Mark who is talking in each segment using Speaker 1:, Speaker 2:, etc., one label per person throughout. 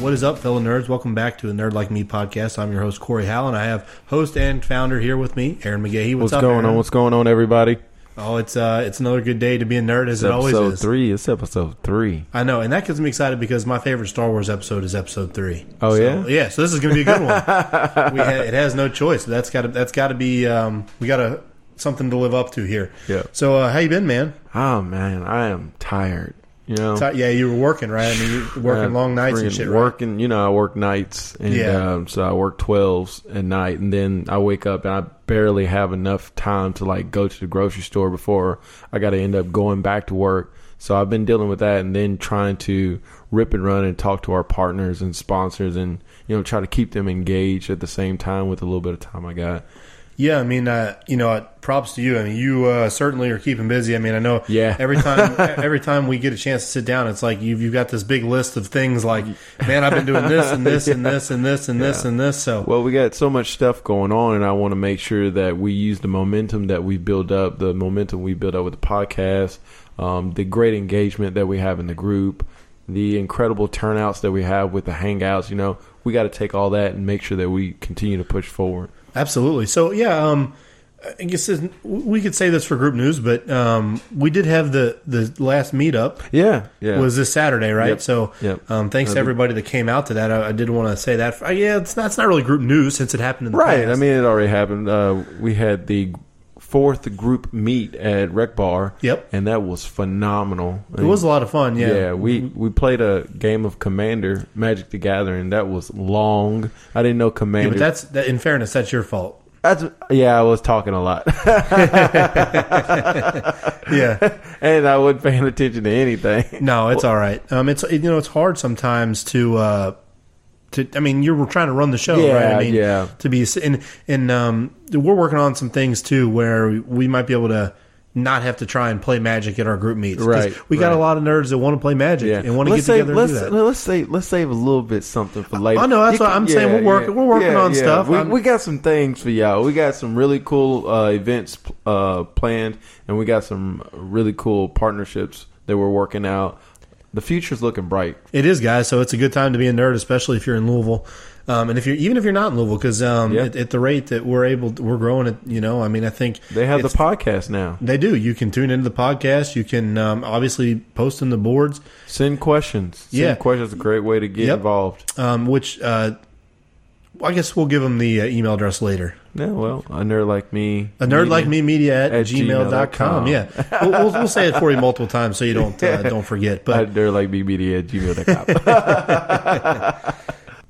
Speaker 1: What is up, fellow nerds? Welcome back to the Nerd Like Me podcast. I'm your host, Corey Howell, and I have host and founder here with me, Aaron McGahee.
Speaker 2: What's,
Speaker 1: What's, up,
Speaker 2: going
Speaker 1: Aaron?
Speaker 2: on? What's going on, everybody?
Speaker 1: Oh, it's uh, it's another good day to be a nerd, as
Speaker 2: It's
Speaker 1: it always
Speaker 2: episode
Speaker 1: is.
Speaker 2: three. It's episode three.
Speaker 1: I know, and that gets me excited because my favorite Star Wars episode is Episode Three.
Speaker 2: Oh,
Speaker 1: So,
Speaker 2: yeah?
Speaker 1: yeah. So this is going to be a good one. we ha- it has no choice. That's got to that's got to be um, we got to something to live up to here.
Speaker 2: Yeah.
Speaker 1: So uh, how you been, man?
Speaker 2: Oh man, I am tired. You know,
Speaker 1: So- yeah, you were working, right? I mean, you were working
Speaker 2: Uh,
Speaker 1: long nights and
Speaker 2: friggin'
Speaker 1: shit. Right?
Speaker 2: Working, you know, I work nights, and
Speaker 1: Yeah.
Speaker 2: um, so I work twelves at night, and then I wake up and I barely have enough time to like go to the grocery store before I got to end up going back to work. So I've been dealing with that, and then trying to rip and run and talk to our partners and sponsors, and you know, try to keep them engaged at the same time with a little bit of time I got.
Speaker 1: Yeah, I mean, uh, you know, uh, props to you. I mean, you uh, certainly are keeping busy. I mean, I know.
Speaker 2: Yeah.
Speaker 1: Every time, every time we get a chance to sit down, it's like you've you've got this big list of things. Like, man, I've been doing this and this and this and this and this and this. So,
Speaker 2: Well, we got so much stuff going on, and I want to make sure that we use the momentum that we build up, the momentum we build up with the podcast, um, the great engagement that we have in the group, the incredible turnouts that we have with the hangouts. You know, we got to take all that and make sure that we continue to push forward.
Speaker 1: Absolutely. So yeah, um, I guess this- we could say this for group news, but um, we did have the the last meetup
Speaker 2: Yeah, yeah.
Speaker 1: was this Saturday, right?
Speaker 2: Yep.
Speaker 1: So
Speaker 2: Yep.
Speaker 1: Um, thanks to everybody that came out to that. I, I did want to say that. Uh, yeah, it's not, it's not really group news since it happened in the
Speaker 2: Right.
Speaker 1: past.
Speaker 2: I mean, it already happened. Uh, we had the fourth group meet at Rec Bar.
Speaker 1: Yep.
Speaker 2: And that was phenomenal.
Speaker 1: it was a lot of fun. Yeah.
Speaker 2: Yeah. we we played a game of Commander Magic the Gathering. That was long. I didn't know
Speaker 1: Yeah,
Speaker 2: Commander.
Speaker 1: but that's that, in fairness, that's your fault.
Speaker 2: that's yeah. I was talking a lot,
Speaker 1: Yeah.
Speaker 2: and I wasn't paying attention to anything.
Speaker 1: No, it's all right. Um, it's you know it's hard sometimes to. Uh, to, I mean, you were trying to run the show,
Speaker 2: Yeah,
Speaker 1: right? I mean,
Speaker 2: yeah.
Speaker 1: To be and and um, we're working on some things too, where we might be able to not have to try and play Magic at our group meets. 'Cause
Speaker 2: Right,
Speaker 1: We got a
Speaker 2: right.
Speaker 1: lot of nerds that want to play Magic
Speaker 2: Yeah,
Speaker 1: and want to get
Speaker 2: Let's save-
Speaker 1: together and do
Speaker 2: let's-
Speaker 1: that.
Speaker 2: Let's save let's save a little bit something for later.
Speaker 1: I know, that's
Speaker 2: You
Speaker 1: what I'm saying. We're working- we're working on stuff.
Speaker 2: We,
Speaker 1: I'm-
Speaker 2: we got some things for y'all. We got some really cool uh, events uh, planned, and we got some really cool partnerships that we're working out. The future's looking bright.
Speaker 1: It is, guys. So it's a good time to be a nerd, especially if you're in Louisville, um, and if you're even if you're not in Louisville, because um,
Speaker 2: Yeah.
Speaker 1: at, at the rate that we're able, we're growing. It, you know, I mean, I think
Speaker 2: They have
Speaker 1: it's-
Speaker 2: the podcast now.
Speaker 1: They do. You can tune into the podcast. You can um, obviously post in the boards,
Speaker 2: Send questions. Send
Speaker 1: Yeah.
Speaker 2: questions is a great way to get
Speaker 1: Yep.
Speaker 2: involved.
Speaker 1: um, which uh, I guess we'll give them the uh, email address later.
Speaker 2: Yeah, well, a nerd like me.
Speaker 1: A nerd like me media at,
Speaker 2: At
Speaker 1: gmail.com.
Speaker 2: gmail.com.
Speaker 1: Yeah, we'll, we'll, we'll say it for you multiple times so you don't uh, don't forget.
Speaker 2: A
Speaker 1: But
Speaker 2: nerd like me media at gmail.com.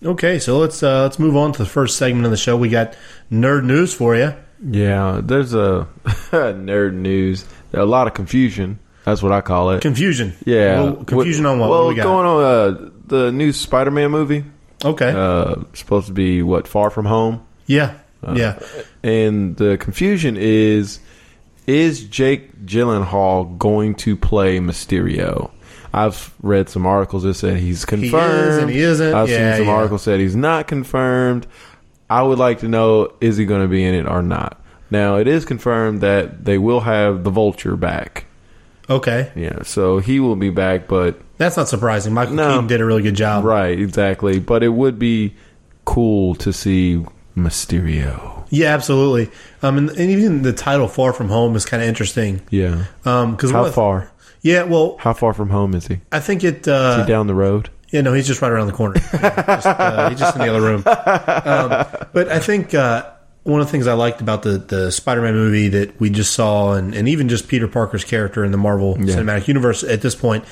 Speaker 1: okay, so let's uh, let's move on to the first segment of the show. We got nerd news for you.
Speaker 2: yeah, there's a nerd news. A lot of confusion. That's what I call it.
Speaker 1: Confusion.
Speaker 2: yeah.
Speaker 1: Well, confusion on what?
Speaker 2: Well,
Speaker 1: what we got?
Speaker 2: going on uh, the new Spider Man movie.
Speaker 1: okay.
Speaker 2: Uh, supposed to be, what, Far From Home?
Speaker 1: yeah.
Speaker 2: uh.
Speaker 1: yeah.
Speaker 2: And the confusion is is Jake Gyllenhaal going to play Mysterio? I've read some articles that said he's confirmed.
Speaker 1: and he isn't.
Speaker 2: I've
Speaker 1: Yeah,
Speaker 2: seen some
Speaker 1: yeah.
Speaker 2: articles that he's not confirmed. I would like to know is he going to be in it or not. Now it is confirmed that they will have the Vulture back.
Speaker 1: Okay.
Speaker 2: Yeah, so he will be back, but
Speaker 1: That's not surprising. Michael
Speaker 2: No.
Speaker 1: Keaton did a really good job.
Speaker 2: right, exactly. But it would be cool to see Mysterio.
Speaker 1: Yeah, absolutely. Um, and, and even the title "Far From Home" is kind of interesting.
Speaker 2: Yeah.
Speaker 1: Um, because
Speaker 2: How far?
Speaker 1: Yeah, well,
Speaker 2: How far from home is he?
Speaker 1: I think it. Uh,
Speaker 2: Is he down the road?
Speaker 1: yeah, no, he's just right around the corner. Yeah, just, uh, he's just in the other room. Um, but I think uh, one of the things I liked about the the Spider Man movie that we just saw, and, and even just Peter Parker's character in the Marvel
Speaker 2: Yeah.
Speaker 1: Cinematic Universe at this point,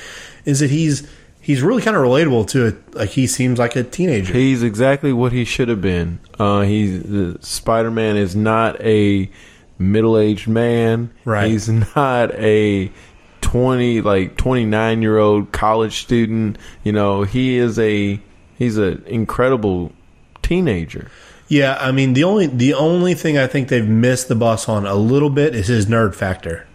Speaker 1: is that he's he's really kind of relatable to it. Like he seems like a teenager.
Speaker 2: He's exactly what he should have been. Uh, he's Spider Man is not a middle aged man.
Speaker 1: Right.
Speaker 2: He's not a twenty like twenty nine year old college student. You know, he is a he's an incredible teenager.
Speaker 1: yeah, I mean the only the only thing I think they've missed the bus on a little bit is his nerd factor.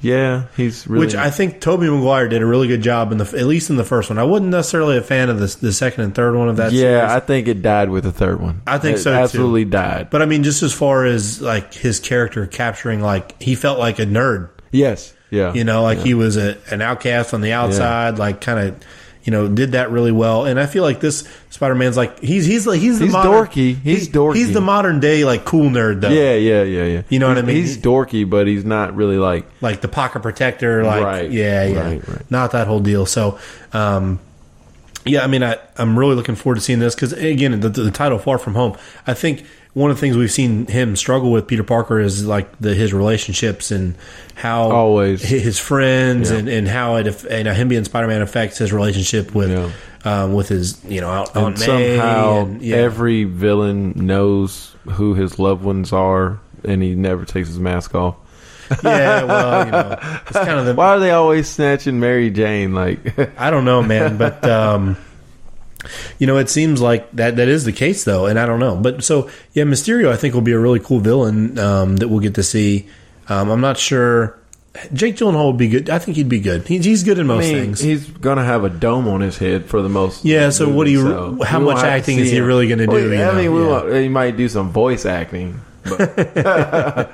Speaker 2: Yeah, he's really
Speaker 1: Which I think Toby Maguire did a really good job in the at least in the first one. I wasn't necessarily a fan of the, the second and third one of that.
Speaker 2: yeah,
Speaker 1: series.
Speaker 2: I think it died with the third one.
Speaker 1: I think
Speaker 2: It
Speaker 1: so, too.
Speaker 2: Absolutely died.
Speaker 1: but I mean, just as far as like his character capturing, like he felt like a nerd,
Speaker 2: Yes. Yeah.
Speaker 1: you know, like he was a, an outcast on the outside, like kind of, you know, did that really well. And I feel like this Spider Man's like he's he's like he's the
Speaker 2: He's
Speaker 1: modern,
Speaker 2: dorky. He's
Speaker 1: he-
Speaker 2: dorky.
Speaker 1: He's the modern day like cool nerd though.
Speaker 2: Yeah, yeah, yeah, yeah.
Speaker 1: You know what I mean?
Speaker 2: He's dorky, but he's not really like
Speaker 1: like the pocket protector, like
Speaker 2: Right,
Speaker 1: yeah, yeah,
Speaker 2: right, right.
Speaker 1: not that whole deal. So, um, yeah, I mean, I, I'm really looking forward to seeing this because again, the, the title "Far From Home." I think one of the things we've seen him struggle with Peter Parker is like the his relationships and how
Speaker 2: Always.
Speaker 1: hi- his friends and, and how it aff- and him being Spider Man affects his relationship with.
Speaker 2: Yeah.
Speaker 1: Um, with his, you know, out on
Speaker 2: and somehow
Speaker 1: May and, yeah.
Speaker 2: every villain knows who his loved ones are, and he never takes his mask off.
Speaker 1: yeah, well, you know, it's kind of the
Speaker 2: Why are they always snatching Mary Jane? Like,
Speaker 1: I don't know, man, but um, you know, it seems like that that is the case though, and I don't know. But so yeah, Mysterio I think will be a really cool villain um, that we'll get to see. Um, I'm not sure. Jake Gyllenhaal would be good. I think he'd be good. He's he's good in
Speaker 2: I
Speaker 1: most
Speaker 2: mean,
Speaker 1: things.
Speaker 2: he's gonna have a dome on his head for the most.
Speaker 1: Yeah, so what do you- how
Speaker 2: we
Speaker 1: much
Speaker 2: won't have to
Speaker 1: acting
Speaker 2: see
Speaker 1: is he
Speaker 2: him.
Speaker 1: really gonna do,
Speaker 2: Well,
Speaker 1: you
Speaker 2: I
Speaker 1: know?
Speaker 2: mean, we
Speaker 1: Yeah.
Speaker 2: won't- he might do some voice acting, but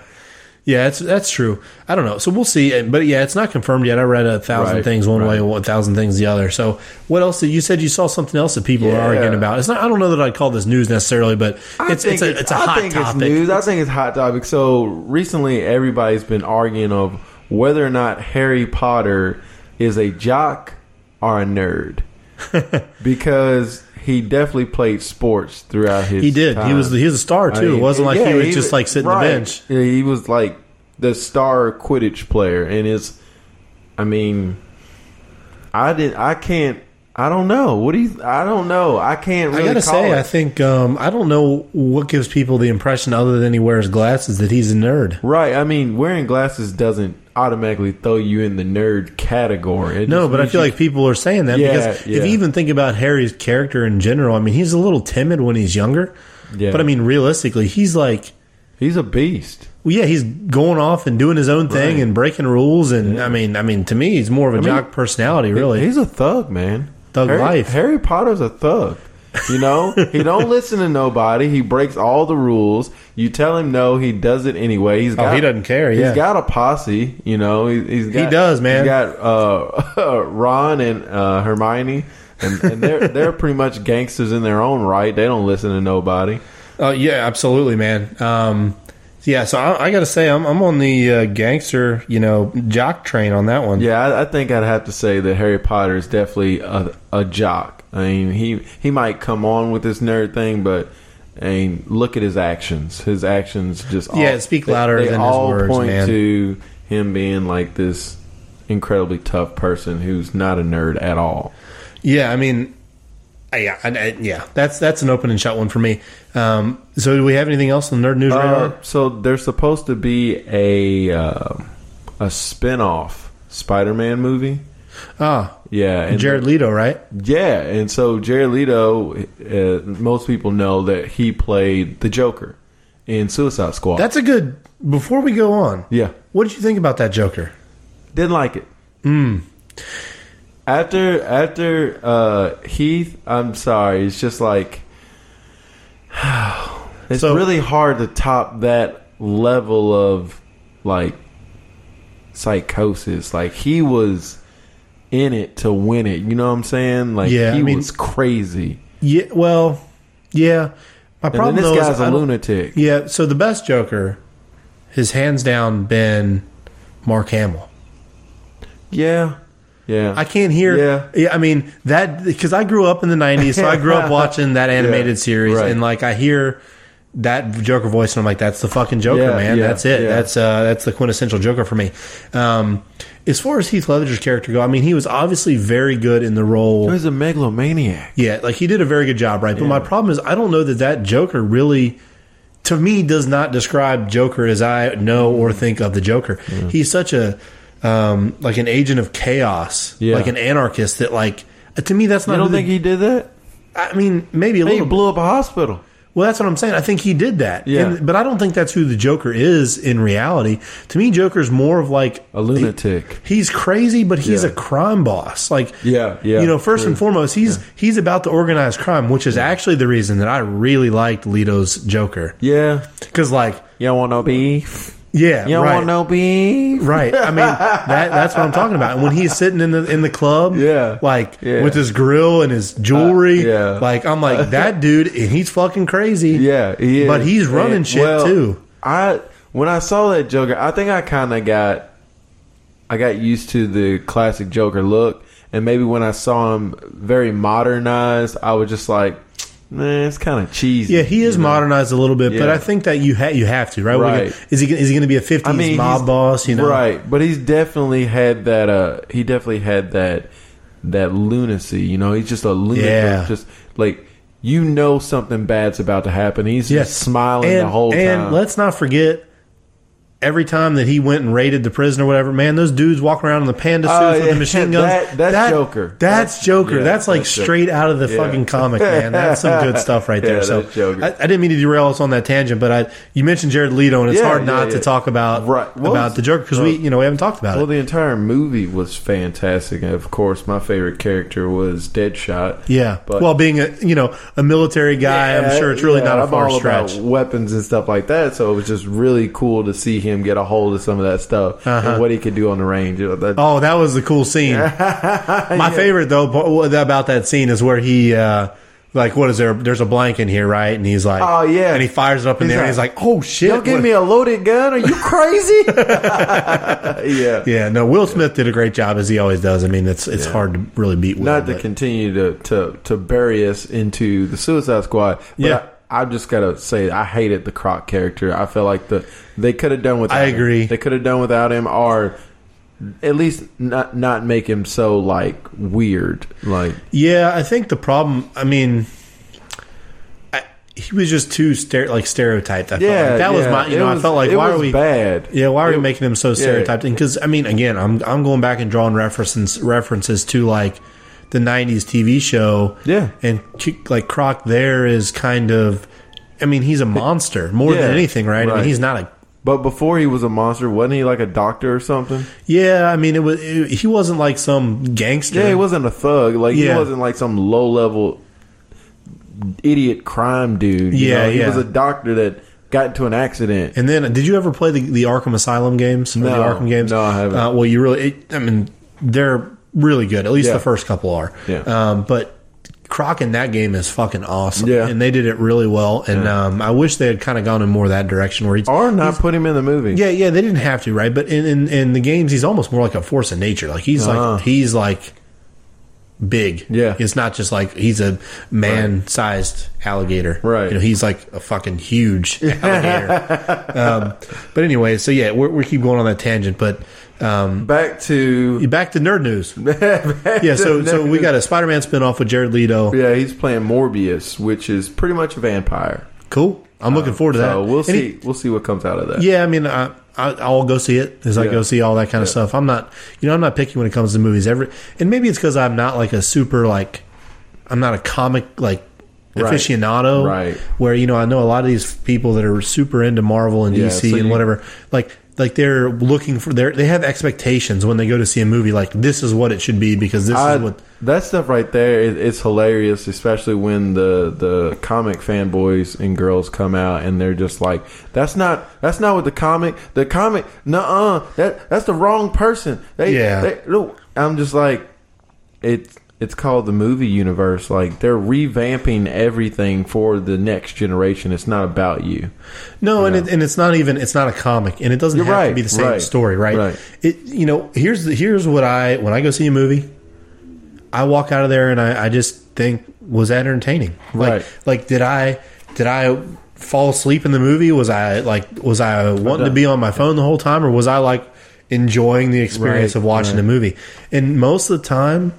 Speaker 1: yeah, that's that's true. I don't know. So we'll see. And- But yeah, it's not confirmed yet. I read a thousand
Speaker 2: Right,
Speaker 1: things one
Speaker 2: right.
Speaker 1: way, one thousand things the other. So what else? Did, you said you saw something else that people
Speaker 2: Yeah.
Speaker 1: are arguing about. It's not. I don't know that I'd call this news necessarily, but
Speaker 2: I
Speaker 1: it's it's
Speaker 2: think
Speaker 1: a it's a
Speaker 2: I
Speaker 1: hot
Speaker 2: think
Speaker 1: topic.
Speaker 2: It's news. I think it's hot topic. So recently, everybody's been arguing of whether or not Harry Potter is a jock or a nerd, because he definitely played sports throughout his.
Speaker 1: He did. He
Speaker 2: time.
Speaker 1: was he was a star
Speaker 2: I
Speaker 1: too.
Speaker 2: mean,
Speaker 1: it wasn't like
Speaker 2: yeah,
Speaker 1: he was just like sitting on
Speaker 2: right.
Speaker 1: the bench.
Speaker 2: Yeah, he was like the star Quidditch player, and it's. I mean, I did. I can't. I don't know. What do you? I don't know. I can't. Really
Speaker 1: I gotta
Speaker 2: call
Speaker 1: say,
Speaker 2: it.
Speaker 1: I think um, I don't know what gives people the impression other than he wears glasses that he's a nerd.
Speaker 2: Right. I mean, wearing glasses doesn't automatically throw you in the nerd category. It
Speaker 1: No,
Speaker 2: just
Speaker 1: but I
Speaker 2: means
Speaker 1: feel
Speaker 2: you-
Speaker 1: like people are saying that
Speaker 2: Yeah,
Speaker 1: because
Speaker 2: yeah.
Speaker 1: if you even think about Harry's character in general, I mean, he's a little timid when he's younger.
Speaker 2: Yeah.
Speaker 1: But I mean, realistically, he's like,
Speaker 2: he's a beast.
Speaker 1: well, yeah, he's going off and doing his own thing
Speaker 2: Right.
Speaker 1: and breaking rules. And I mean, I mean, to me, he's more of a
Speaker 2: mean,
Speaker 1: jock personality, really.
Speaker 2: He's a thug, man.
Speaker 1: Thug
Speaker 2: Harry,
Speaker 1: life.
Speaker 2: Harry Potter's a thug. You know, he don't listen to nobody. He breaks all the rules. You tell him no, he does it anyway. He's
Speaker 1: Oh,
Speaker 2: got,
Speaker 1: he doesn't care, yeah.
Speaker 2: he's got a posse. You know, he, he's got,
Speaker 1: does, man.
Speaker 2: He's got uh, Ron and uh, Hermione, and, and they're they're pretty much gangsters in their own right. They don't listen to nobody.
Speaker 1: Uh, yeah, absolutely, man. Um, yeah, so I, I got to say, I'm, I'm on the uh, gangster, you know, jock train on that one.
Speaker 2: Yeah, I, I think I'd have to say that Harry Potter is definitely a, a jock. I mean, he he might come on with this nerd thing, but I mean, look at his actions. His actions just all,
Speaker 1: Yeah, speak louder
Speaker 2: They, they
Speaker 1: than his
Speaker 2: all
Speaker 1: words,
Speaker 2: point
Speaker 1: man.
Speaker 2: to him being like this incredibly tough person who's not a nerd at all.
Speaker 1: Yeah, I mean, I- yeah, I, I- yeah. That's that's an open and shut one for me. Um, so, do we have anything else on the nerd news radar?
Speaker 2: Uh, so there's supposed to be a uh, a spin-off Spider-Man movie.
Speaker 1: Ah,
Speaker 2: Yeah, and
Speaker 1: Jared Leto, right?
Speaker 2: Yeah, and so Jared Leto, uh, most people know that he played the Joker in Suicide Squad.
Speaker 1: That's a good. Before we go on,
Speaker 2: yeah,
Speaker 1: what did you think about that Joker?
Speaker 2: didn't like it.
Speaker 1: Hmm.
Speaker 2: After after uh, Heath, I'm sorry. It's just like it's
Speaker 1: So-
Speaker 2: really hard to top that level of like psychosis. Like he was in it to win it. You know what I'm saying? Like
Speaker 1: Yeah, I
Speaker 2: he
Speaker 1: mean-
Speaker 2: was crazy.
Speaker 1: Yeah, well, yeah. My
Speaker 2: And then
Speaker 1: problem
Speaker 2: this
Speaker 1: though
Speaker 2: guy's
Speaker 1: is
Speaker 2: a
Speaker 1: I don't-
Speaker 2: lunatic.
Speaker 1: Yeah, so the best Joker has hands down been Mark Hamill.
Speaker 2: Yeah. Yeah.
Speaker 1: I can't hear.
Speaker 2: Yeah.
Speaker 1: I mean that because I grew up in the '90s, so I grew up watching that animated
Speaker 2: Yeah,
Speaker 1: series,
Speaker 2: right.
Speaker 1: and like I hear that Joker voice, and I'm like, "That's the fucking Joker,
Speaker 2: Yeah,
Speaker 1: man.
Speaker 2: yeah,
Speaker 1: that's it.
Speaker 2: yeah.
Speaker 1: That's uh, that's the quintessential Joker for me." Um, as far as Heath Ledger's character go, I mean, he was obviously very good in the role.
Speaker 2: He's a megalomaniac.
Speaker 1: Yeah, like he did a very good job, right? But my problem is, I don't know that that Joker really, to me, does not describe Joker as I know
Speaker 2: Mm-hmm.
Speaker 1: or think of the Joker. He's such a, um, like an agent of chaos,
Speaker 2: Yeah.
Speaker 1: like an anarchist that, like, to me, that's not.
Speaker 2: You
Speaker 1: who
Speaker 2: don't
Speaker 1: the-
Speaker 2: think he did that?
Speaker 1: I mean, maybe a
Speaker 2: He
Speaker 1: little. bit.
Speaker 2: blew up a hospital.
Speaker 1: Well, that's what I'm saying. I think he did that.
Speaker 2: Yeah.
Speaker 1: And- but I don't think that's who the Joker is in reality. To me, Joker's more of like
Speaker 2: A lunatic.
Speaker 1: he- he's crazy, but he's
Speaker 2: Yeah.
Speaker 1: a crime boss. Like,
Speaker 2: Yeah, yeah,
Speaker 1: You know, first
Speaker 2: true.
Speaker 1: and foremost, he's he's about the organized crime, which is actually the reason that I really liked Leto's Joker
Speaker 2: Yeah.
Speaker 1: because, like,
Speaker 2: You don't want no beef.
Speaker 1: Yeah,
Speaker 2: You don't
Speaker 1: right.
Speaker 2: want no beef.
Speaker 1: Right. I mean, that, that's what I'm talking about. And when he's sitting in the in the club,
Speaker 2: Yeah.
Speaker 1: like
Speaker 2: Yeah.
Speaker 1: with his grill and his jewelry,
Speaker 2: Uh, yeah.
Speaker 1: like I'm like that dude, and he's fucking crazy.
Speaker 2: Yeah, he is.
Speaker 1: But he's running
Speaker 2: And-
Speaker 1: shit,
Speaker 2: well,
Speaker 1: too.
Speaker 2: I when I saw that Joker, I think I kind of got I got used to the classic Joker look, and maybe when I saw him very modernized, I was just like, man, it's kind of cheesy.
Speaker 1: Yeah, he is
Speaker 2: you know?
Speaker 1: modernized a little bit, but
Speaker 2: Yeah.
Speaker 1: I think that you ha- you have to, right? We're
Speaker 2: Right.
Speaker 1: gonna- Is he gonna- is he going to be a 50s mob
Speaker 2: he's-
Speaker 1: boss? You know,
Speaker 2: right? But he's definitely had that. Uh, he definitely had that that lunacy. You know, he's just a lunatic.
Speaker 1: Yeah.
Speaker 2: Just like you know, something bad's about to happen. He's
Speaker 1: Yes,
Speaker 2: just smiling
Speaker 1: and,
Speaker 2: the whole
Speaker 1: and
Speaker 2: time.
Speaker 1: let's not forget. Every time that he went and raided the prison or whatever, man, those dudes walking around in the panda suits
Speaker 2: Oh,
Speaker 1: with
Speaker 2: yeah,
Speaker 1: the machine guns.
Speaker 2: that- that's Joker.
Speaker 1: That's,
Speaker 2: That's-
Speaker 1: Joker.
Speaker 2: yeah,
Speaker 1: that's like
Speaker 2: that's Joker.
Speaker 1: straight out of the
Speaker 2: Yeah.
Speaker 1: fucking comic, man. That's some good stuff right there.
Speaker 2: Yeah,
Speaker 1: so
Speaker 2: that's Joker.
Speaker 1: I, I didn't mean to derail us on that tangent, but I you mentioned Jared Leto, and it's
Speaker 2: Yeah,
Speaker 1: hard
Speaker 2: yeah,
Speaker 1: not to
Speaker 2: yeah.
Speaker 1: talk about
Speaker 2: Right. What
Speaker 1: about
Speaker 2: was-
Speaker 1: the Joker because we you know we haven't talked about
Speaker 2: Well,
Speaker 1: it.
Speaker 2: the entire movie was fantastic, and of course, my favorite character was Deadshot.
Speaker 1: Yeah.
Speaker 2: but-
Speaker 1: well, being a you know a military guy, I'm sure it's really
Speaker 2: yeah,
Speaker 1: not a
Speaker 2: I'm
Speaker 1: far
Speaker 2: all about
Speaker 1: stretch.
Speaker 2: weapons and stuff like that, so it was just really cool to see him get a hold of some of that stuff
Speaker 1: Uh-huh.
Speaker 2: and what he could do on the range. You know, that-
Speaker 1: Oh, that was the cool scene. My favorite though bo- about that scene is where he uh like what is there? There's a blank in here, right? And he's like,
Speaker 2: Oh, yeah.
Speaker 1: and he fires it up in
Speaker 2: He's
Speaker 1: there. and
Speaker 2: like,
Speaker 1: he's like, oh shit!
Speaker 2: Y'all give
Speaker 1: What-
Speaker 2: me a loaded gun? Are you crazy? yeah.
Speaker 1: yeah, no. Will Smith did a great job as he always does. I mean, it's it's hard to really beat. Will,
Speaker 2: Not to
Speaker 1: but-
Speaker 2: continue to, to, to bury us into the Suicide Squad. But
Speaker 1: Yeah.
Speaker 2: I, I just gotta say I hated the Croc character. I feel like the they could have done without.
Speaker 1: I
Speaker 2: him.
Speaker 1: agree.
Speaker 2: They could have done without him, or at least not not make him so like weird. Like
Speaker 1: Yeah, I think the problem. I mean, I, he was just too stere- like stereotyped. I felt like. that was
Speaker 2: yeah.
Speaker 1: my. You
Speaker 2: It
Speaker 1: know, I
Speaker 2: was-
Speaker 1: felt like
Speaker 2: it
Speaker 1: why
Speaker 2: was
Speaker 1: are we
Speaker 2: bad?
Speaker 1: Yeah, why are
Speaker 2: It-
Speaker 1: we making him so stereotyped? And because I mean, again, I'm I'm going back and drawing references references to like the '90s TV show.
Speaker 2: Yeah.
Speaker 1: and Ch- like Croc there is kind of, I mean, he's a monster more
Speaker 2: Yeah,
Speaker 1: than anything, right? I mean,
Speaker 2: right.
Speaker 1: he's not a.
Speaker 2: But before he was a monster, wasn't he like a doctor or something?
Speaker 1: Yeah, I mean, it was it, he wasn't like some gangster.
Speaker 2: Yeah, he wasn't a thug. Like
Speaker 1: Yeah.
Speaker 2: he wasn't like some low level idiot crime dude. you
Speaker 1: Yeah,
Speaker 2: know? he
Speaker 1: yeah.
Speaker 2: was a doctor that got into an accident.
Speaker 1: And then, did you ever play the, the Arkham Asylum games? Or
Speaker 2: No.
Speaker 1: the Arkham games.
Speaker 2: No, I haven't.
Speaker 1: Uh, well, you really, it, I mean, they're really good. At least
Speaker 2: Yeah.
Speaker 1: the first couple are.
Speaker 2: Yeah.
Speaker 1: Um, but Croc in that game is fucking awesome.
Speaker 2: Yeah.
Speaker 1: And they did it really well. And um, I wish they had kind of gone in more that direction where he's.
Speaker 2: or not put him in the movie.
Speaker 1: yeah, yeah, they didn't have to, right? But in, in in the games, he's almost more like a force of nature. Like he's
Speaker 2: Uh-huh.
Speaker 1: like he's like big.
Speaker 2: Yeah.
Speaker 1: it's not just like he's a man-sized alligator.
Speaker 2: Right.
Speaker 1: you know, he's like a fucking huge alligator. um, but anyway, so yeah, we're, we keep going on that tangent. But um,
Speaker 2: Back to
Speaker 1: back to nerd news. yeah, so so we got a Spider-Man spinoff with Jared Leto.
Speaker 2: yeah, he's playing Morbius, which is pretty much a vampire.
Speaker 1: Cool. I'm looking forward to that.
Speaker 2: So we'll
Speaker 1: And he-
Speaker 2: see. we'll see what comes out of that.
Speaker 1: Yeah, I mean, I, I I'll go see it as I
Speaker 2: Yeah.
Speaker 1: go see all that kind of stuff. I'm not, you know, I'm not picky when it comes to movies. Every and maybe it's because I'm not like a super like, I'm not a comic like
Speaker 2: Right.
Speaker 1: aficionado,
Speaker 2: Right.
Speaker 1: Where you know I know a lot of these people that are super into Marvel and
Speaker 2: Yeah,
Speaker 1: DC
Speaker 2: so
Speaker 1: and
Speaker 2: you-
Speaker 1: whatever, like. Like they're looking for their, they have expectations when they go to see a movie. Like this is what it should be because this
Speaker 2: I-
Speaker 1: is what
Speaker 2: that stuff right there is it's hilarious, especially when the the comic fanboys and girls come out and they're just like, "That's not that's not what the comic the comic nuh uh that that's the wrong person." They,
Speaker 1: Yeah.
Speaker 2: they- look, I'm just like it's it's called the movie universe. Like they're revamping everything for the next generation. It's not about you.
Speaker 1: No, and it, and it's not even it's not a comic, and it doesn't
Speaker 2: You're
Speaker 1: have to
Speaker 2: right,
Speaker 1: be the same
Speaker 2: right,
Speaker 1: story, right?
Speaker 2: right.
Speaker 1: It you know here's the, here's what I when I go see a movie, I walk out of there and I, I just think was that entertaining? Like
Speaker 2: Right.
Speaker 1: like did I did I fall asleep in the movie? Was I like was I wanting to be on my phone the whole time, or was I like enjoying the experience
Speaker 2: Right,
Speaker 1: of watching the movie? And most of the time.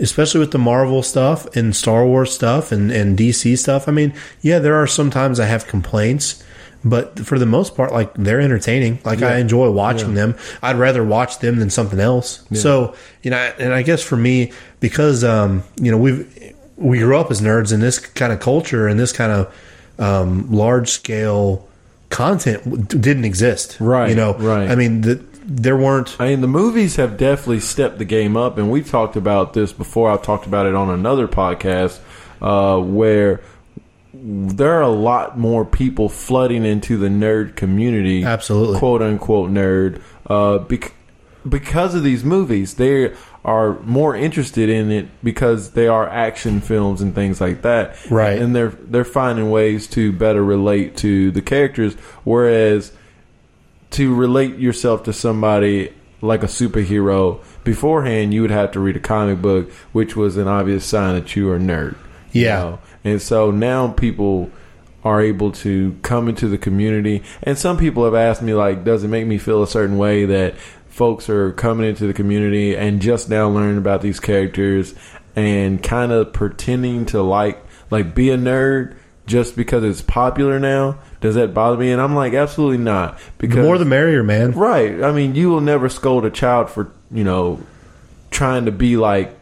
Speaker 1: Especially with the Marvel stuff and Star Wars stuff and, and DC stuff. I mean, yeah, there are sometimes I have complaints, but for the most part, like they're entertaining. Like I enjoy watching them. I'd rather watch them than something else. So you know, and I guess for me, because um, you know we've we grew up as nerds in this kind of culture and this kind of um, large scale content w- didn't exist.
Speaker 2: Right,
Speaker 1: You know.
Speaker 2: right.
Speaker 1: I mean, the, there weren't.
Speaker 2: I mean, the movies have definitely stepped the game up, and we've talked about this before. I've talked about it on another podcast uh, where there are a lot more people flooding into the nerd community,
Speaker 1: Absolutely.
Speaker 2: quote unquote nerd, uh, bec- because of these movies. They are more interested in it because they are action films and things like that,
Speaker 1: Right.
Speaker 2: And they're they're finding ways to better relate to the characters, whereas to relate yourself to somebody like a superhero beforehand you would have to read a comic book which was an obvious sign that you are a nerd you
Speaker 1: Yeah.
Speaker 2: know? and so now people are able to come into the community and some people have asked me like does it make me feel a certain way that folks are coming into the community and just now learning about these characters and kind of pretending to like like be a nerd just because it's popular now does that bother me and i'm like absolutely not because
Speaker 1: The more the merrier, man.
Speaker 2: Right. I mean, you will never scold a child for you know trying to be like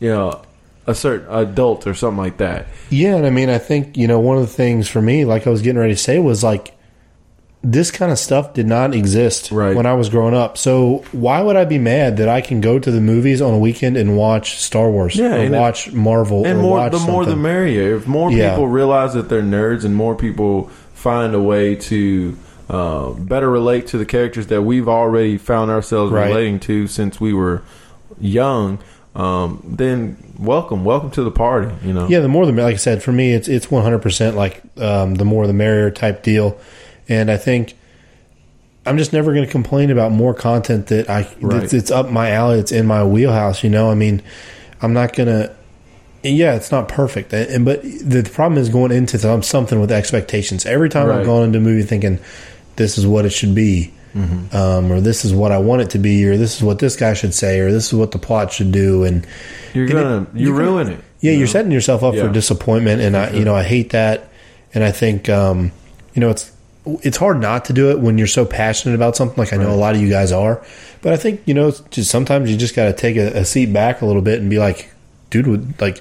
Speaker 2: you know a certain adult or something like that.
Speaker 1: Yeah, and I mean, I think you know one of the things for me, like I was getting ready to say, was like this kind of stuff did not exist
Speaker 2: Right.
Speaker 1: when I was growing up. So why would I be mad that I can go to the movies on a weekend and watch Star Wars
Speaker 2: Yeah,
Speaker 1: or
Speaker 2: and it-
Speaker 1: watch Marvel
Speaker 2: And
Speaker 1: or
Speaker 2: more,
Speaker 1: watch
Speaker 2: the more the
Speaker 1: something?
Speaker 2: merrier. If more
Speaker 1: Yeah.
Speaker 2: people realize that they're nerds, and more people find a way to uh, better relate to the characters that we've already found ourselves
Speaker 1: Right.
Speaker 2: relating to since we were young, um, then welcome, welcome to the party. You know.
Speaker 1: Yeah, the more the mer- like I said for me, it's it's one hundred percent like um, the more the merrier type deal, and I think I'm just never going to complain about more content that I
Speaker 2: Right.
Speaker 1: that's, it's up my alley, it's in my wheelhouse. You know, I mean, I'm not gonna. Yeah, it's not perfect, and and- but the problem is going into some- something with expectations. Every time
Speaker 2: Right.
Speaker 1: I've gone into a movie thinking this is what it should be,
Speaker 2: Mm-hmm.
Speaker 1: um, or this is what I want it to be, or this is what this guy should say, or this is what the plot should do, and
Speaker 2: You're
Speaker 1: And it-
Speaker 2: gonna you
Speaker 1: you're gonna-
Speaker 2: ruin it.
Speaker 1: yeah,
Speaker 2: you
Speaker 1: you're
Speaker 2: know?
Speaker 1: setting yourself up
Speaker 2: Yeah.
Speaker 1: for disappointment, and I, you know, I hate that. And I think, um, you know, it's it's hard not to do it when you're so passionate about something. Like I know a lot of you guys are, but I think you know, it's just sometimes you just got to take a, a seat back a little bit and be like, dude, would like,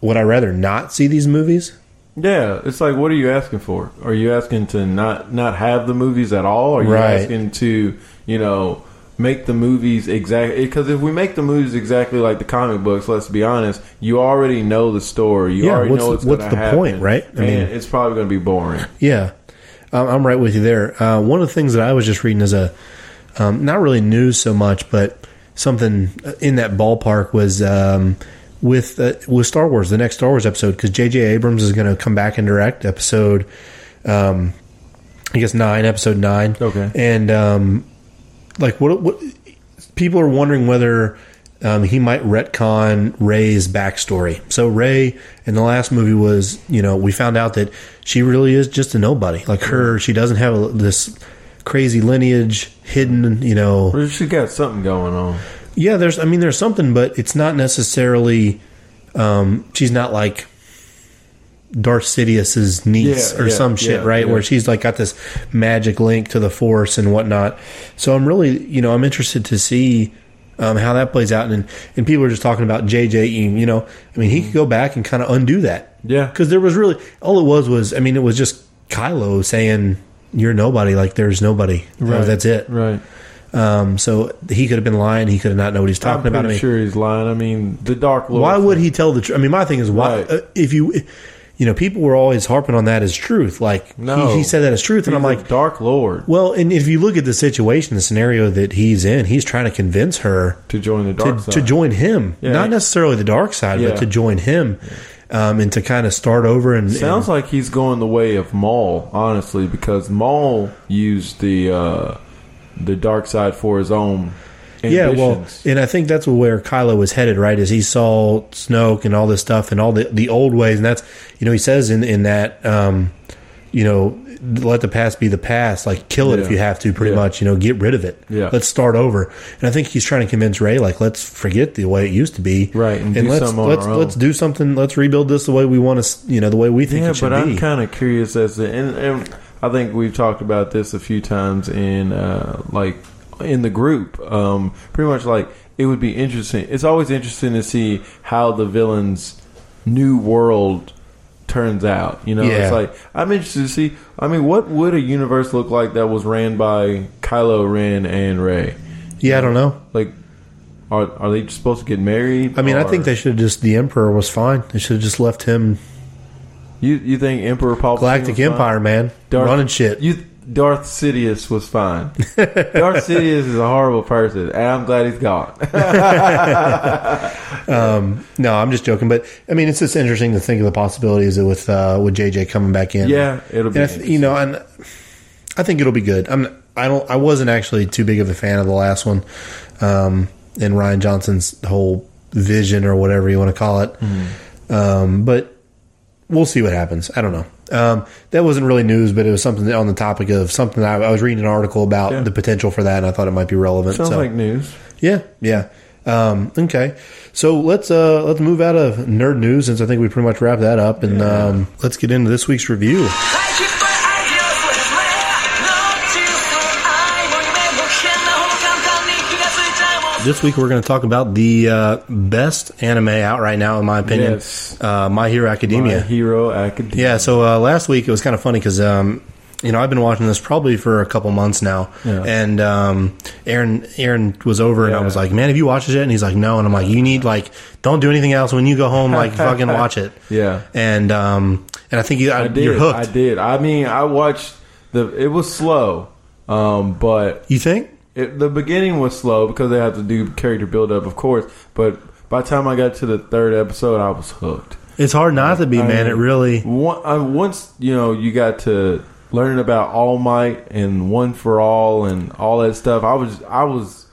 Speaker 1: would I rather not see these movies?
Speaker 2: Yeah, it's like, what are you asking for? Are you asking to not not have the movies at all? Are you
Speaker 1: Right.
Speaker 2: asking to you know make the movies exactly? Because if we make the movies exactly like the comic books, let's be honest, you already know the story. You
Speaker 1: Yeah,
Speaker 2: already
Speaker 1: what's
Speaker 2: know
Speaker 1: the-
Speaker 2: what's,
Speaker 1: what's
Speaker 2: gonna
Speaker 1: the
Speaker 2: happen,
Speaker 1: point, right? I
Speaker 2: and
Speaker 1: mean-
Speaker 2: it's probably going to be boring.
Speaker 1: Yeah, um, I'm right with you there. Uh, one of the things that I was just reading is a um, not really news so much, but something in that ballpark was um, with uh, with Star Wars, the next Star Wars episode, because J.J. Abrams is going to come back and direct episode, um, I guess nine, episode nine.
Speaker 2: Okay.
Speaker 1: and um, like what what people are wondering whether. Um, he might retcon Ray's backstory. So Ray in the last movie was, you know, we found out that she really is just a nobody. Like her, she doesn't have a, this crazy lineage hidden, you know,
Speaker 2: Or she got something going on.
Speaker 1: yeah, there's. I mean, there's something, but it's not necessarily. Um, she's not like Darth Sidious's niece
Speaker 2: Yeah,
Speaker 1: or
Speaker 2: yeah,
Speaker 1: some shit,
Speaker 2: yeah,
Speaker 1: right?
Speaker 2: yeah.
Speaker 1: Where she's like got this magic link to the Force and whatnot. So I'm really, you know, I'm interested to see um, how that plays out. And and people are just talking about JJ. Ing, You know, I mean, he
Speaker 2: Mm-hmm.
Speaker 1: could go back and kind of undo that.
Speaker 2: Yeah.
Speaker 1: because there was really all it was was. I mean, it was just Kylo saying. You're nobody. Like there's nobody. Right.
Speaker 2: Right.
Speaker 1: that's it.
Speaker 2: Right.
Speaker 1: Um, so he could have been lying. He could have not know what he's
Speaker 2: I'm
Speaker 1: talking about. I
Speaker 2: pretty
Speaker 1: mean,
Speaker 2: sure he's lying. I mean, the Dark Lord.
Speaker 1: why would he tell the truth? I mean, my thing is why
Speaker 2: Right.
Speaker 1: uh, if you, you know, people were always harping on that as truth. Like
Speaker 2: No.
Speaker 1: he, he said that as truth, and I'm like,
Speaker 2: Dark Lord
Speaker 1: well, and if you look at the situation, the scenario that he's in, he's trying to convince her
Speaker 2: to join the dark
Speaker 1: to,
Speaker 2: side.
Speaker 1: to join him,
Speaker 2: Yeah.
Speaker 1: not necessarily the dark side,
Speaker 2: Yeah.
Speaker 1: but to join him, um, and to kind of start over and,
Speaker 2: Sounds like he's going the way of Maul, honestly, because Maul used the uh, the dark side for his own
Speaker 1: Yeah, well,
Speaker 2: ambitions.
Speaker 1: and I think that's where Kylo was headed, right? Is he saw Snoke and all this stuff and all the the old ways, and that's you know he says in in that um, you know let the past be the past, like kill it
Speaker 2: Yeah.
Speaker 1: if you have to, pretty
Speaker 2: Yeah.
Speaker 1: much, you know, get rid of it.
Speaker 2: Yeah.
Speaker 1: let's start over. And I think he's trying to convince Ray, like let's forget the way it used to be,
Speaker 2: Right, and
Speaker 1: And,
Speaker 2: do
Speaker 1: let's
Speaker 2: something on
Speaker 1: let's
Speaker 2: our own.
Speaker 1: let's do something. Let's rebuild this the way we want to, you know, the way we think
Speaker 2: yeah,
Speaker 1: it should
Speaker 2: but I'm
Speaker 1: be.
Speaker 2: kind of curious as to, and, and I think we've talked about this a few times in uh, like in the group. Um, pretty much like it would be interesting. It's always interesting to see how the villain's new world turns out. You know,
Speaker 1: Yeah.
Speaker 2: it's like I'm interested to see. I mean, what would a universe look like that was ran by Kylo Ren and Ray?
Speaker 1: yeah, I don't know.
Speaker 2: Like, are are they supposed to get married?
Speaker 1: I mean, I
Speaker 2: Or-
Speaker 1: think they should have just the Emperor was fine. They should have just left him
Speaker 2: You you think Emperor Palpatine?
Speaker 1: Galactic
Speaker 2: was fine?
Speaker 1: Empire, man.
Speaker 2: Darth-
Speaker 1: Running shit.
Speaker 2: You Darth Sidious was fine. Darth Sidious is a horrible person, and I'm glad he's gone.
Speaker 1: no, I'm just joking. But I mean, it's just interesting to think of the possibilities with uh, with JJ coming back in.
Speaker 2: yeah, it'll be.
Speaker 1: and I th- you
Speaker 2: interesting.
Speaker 1: know, and I think it'll be good. I'm I don't I wasn't actually too big of a fan of the last one, um, and Ryan Johnson's whole vision or whatever you want to call it.
Speaker 2: Mm-hmm.
Speaker 1: Um, but we'll see what happens. I don't know. Um, that wasn't really news, but it was something that- on the topic of something that I, I was reading an article about
Speaker 2: Yeah.
Speaker 1: the potential for that, and I thought it might be relevant.
Speaker 2: sounds
Speaker 1: so.
Speaker 2: like news.
Speaker 1: Yeah, yeah. Um, okay, so let's uh, let's move out of nerd news since I think we pretty much wrapped that up, and um, let's get into this week's review. This week we're going to talk about the uh, best anime out right now, in my opinion,
Speaker 2: Yes.
Speaker 1: uh, My Hero Academia.
Speaker 2: My Hero Academia.
Speaker 1: Yeah, so uh, last week it was kind of funny because um, you know I've been watching this probably for a couple months now,
Speaker 2: Yeah.
Speaker 1: and um, Aaron Aaron was over and I
Speaker 2: Yeah.
Speaker 1: was like, "Man, have you watched it?" yet?" And he's like, "No," and I'm like, "You need like don't do anything else when you go home, like fucking watch it."
Speaker 2: Yeah.
Speaker 1: and um, and I think you, I,
Speaker 2: I did.
Speaker 1: you're hooked.
Speaker 2: I did. I mean, I watched the. It was slow, um, but
Speaker 1: you think?
Speaker 2: it, the beginning was slow because they have to do character build up, of course. But by the time I got to the third episode, I was hooked.
Speaker 1: It's hard not to be,
Speaker 2: I
Speaker 1: man.
Speaker 2: mean,
Speaker 1: It really.
Speaker 2: Um, One, I, once you know you got to learning about All Might and One for All and all that stuff. I was I was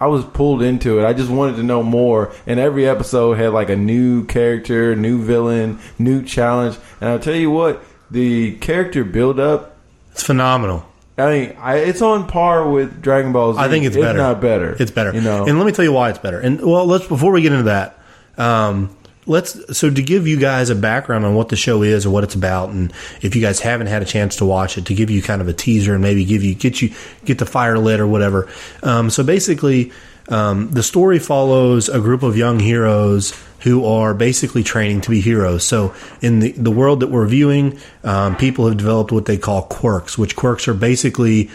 Speaker 2: I was pulled into it. I just wanted to know more. And every episode had like a new character, new villain, new challenge. And I'll tell you what, the character build up.
Speaker 1: It's phenomenal.
Speaker 2: I mean, I, it's on par with Dragon Ball Z.
Speaker 1: I think it's better.
Speaker 2: not better.
Speaker 1: It's better.
Speaker 2: You know,
Speaker 1: And let me tell you why it's better. And well, let's before we get into that, um, let's so to give you guys a background on what the show is or what it's about, and if you guys haven't had a chance to watch it, to give you kind of a teaser and maybe give you get you get the fire lit or whatever. Um, so basically, um, the story follows a group of young heroes who are basically training to be heroes. So in the, the world that we're viewing, um, people have developed what they call quirks, which quirks are basically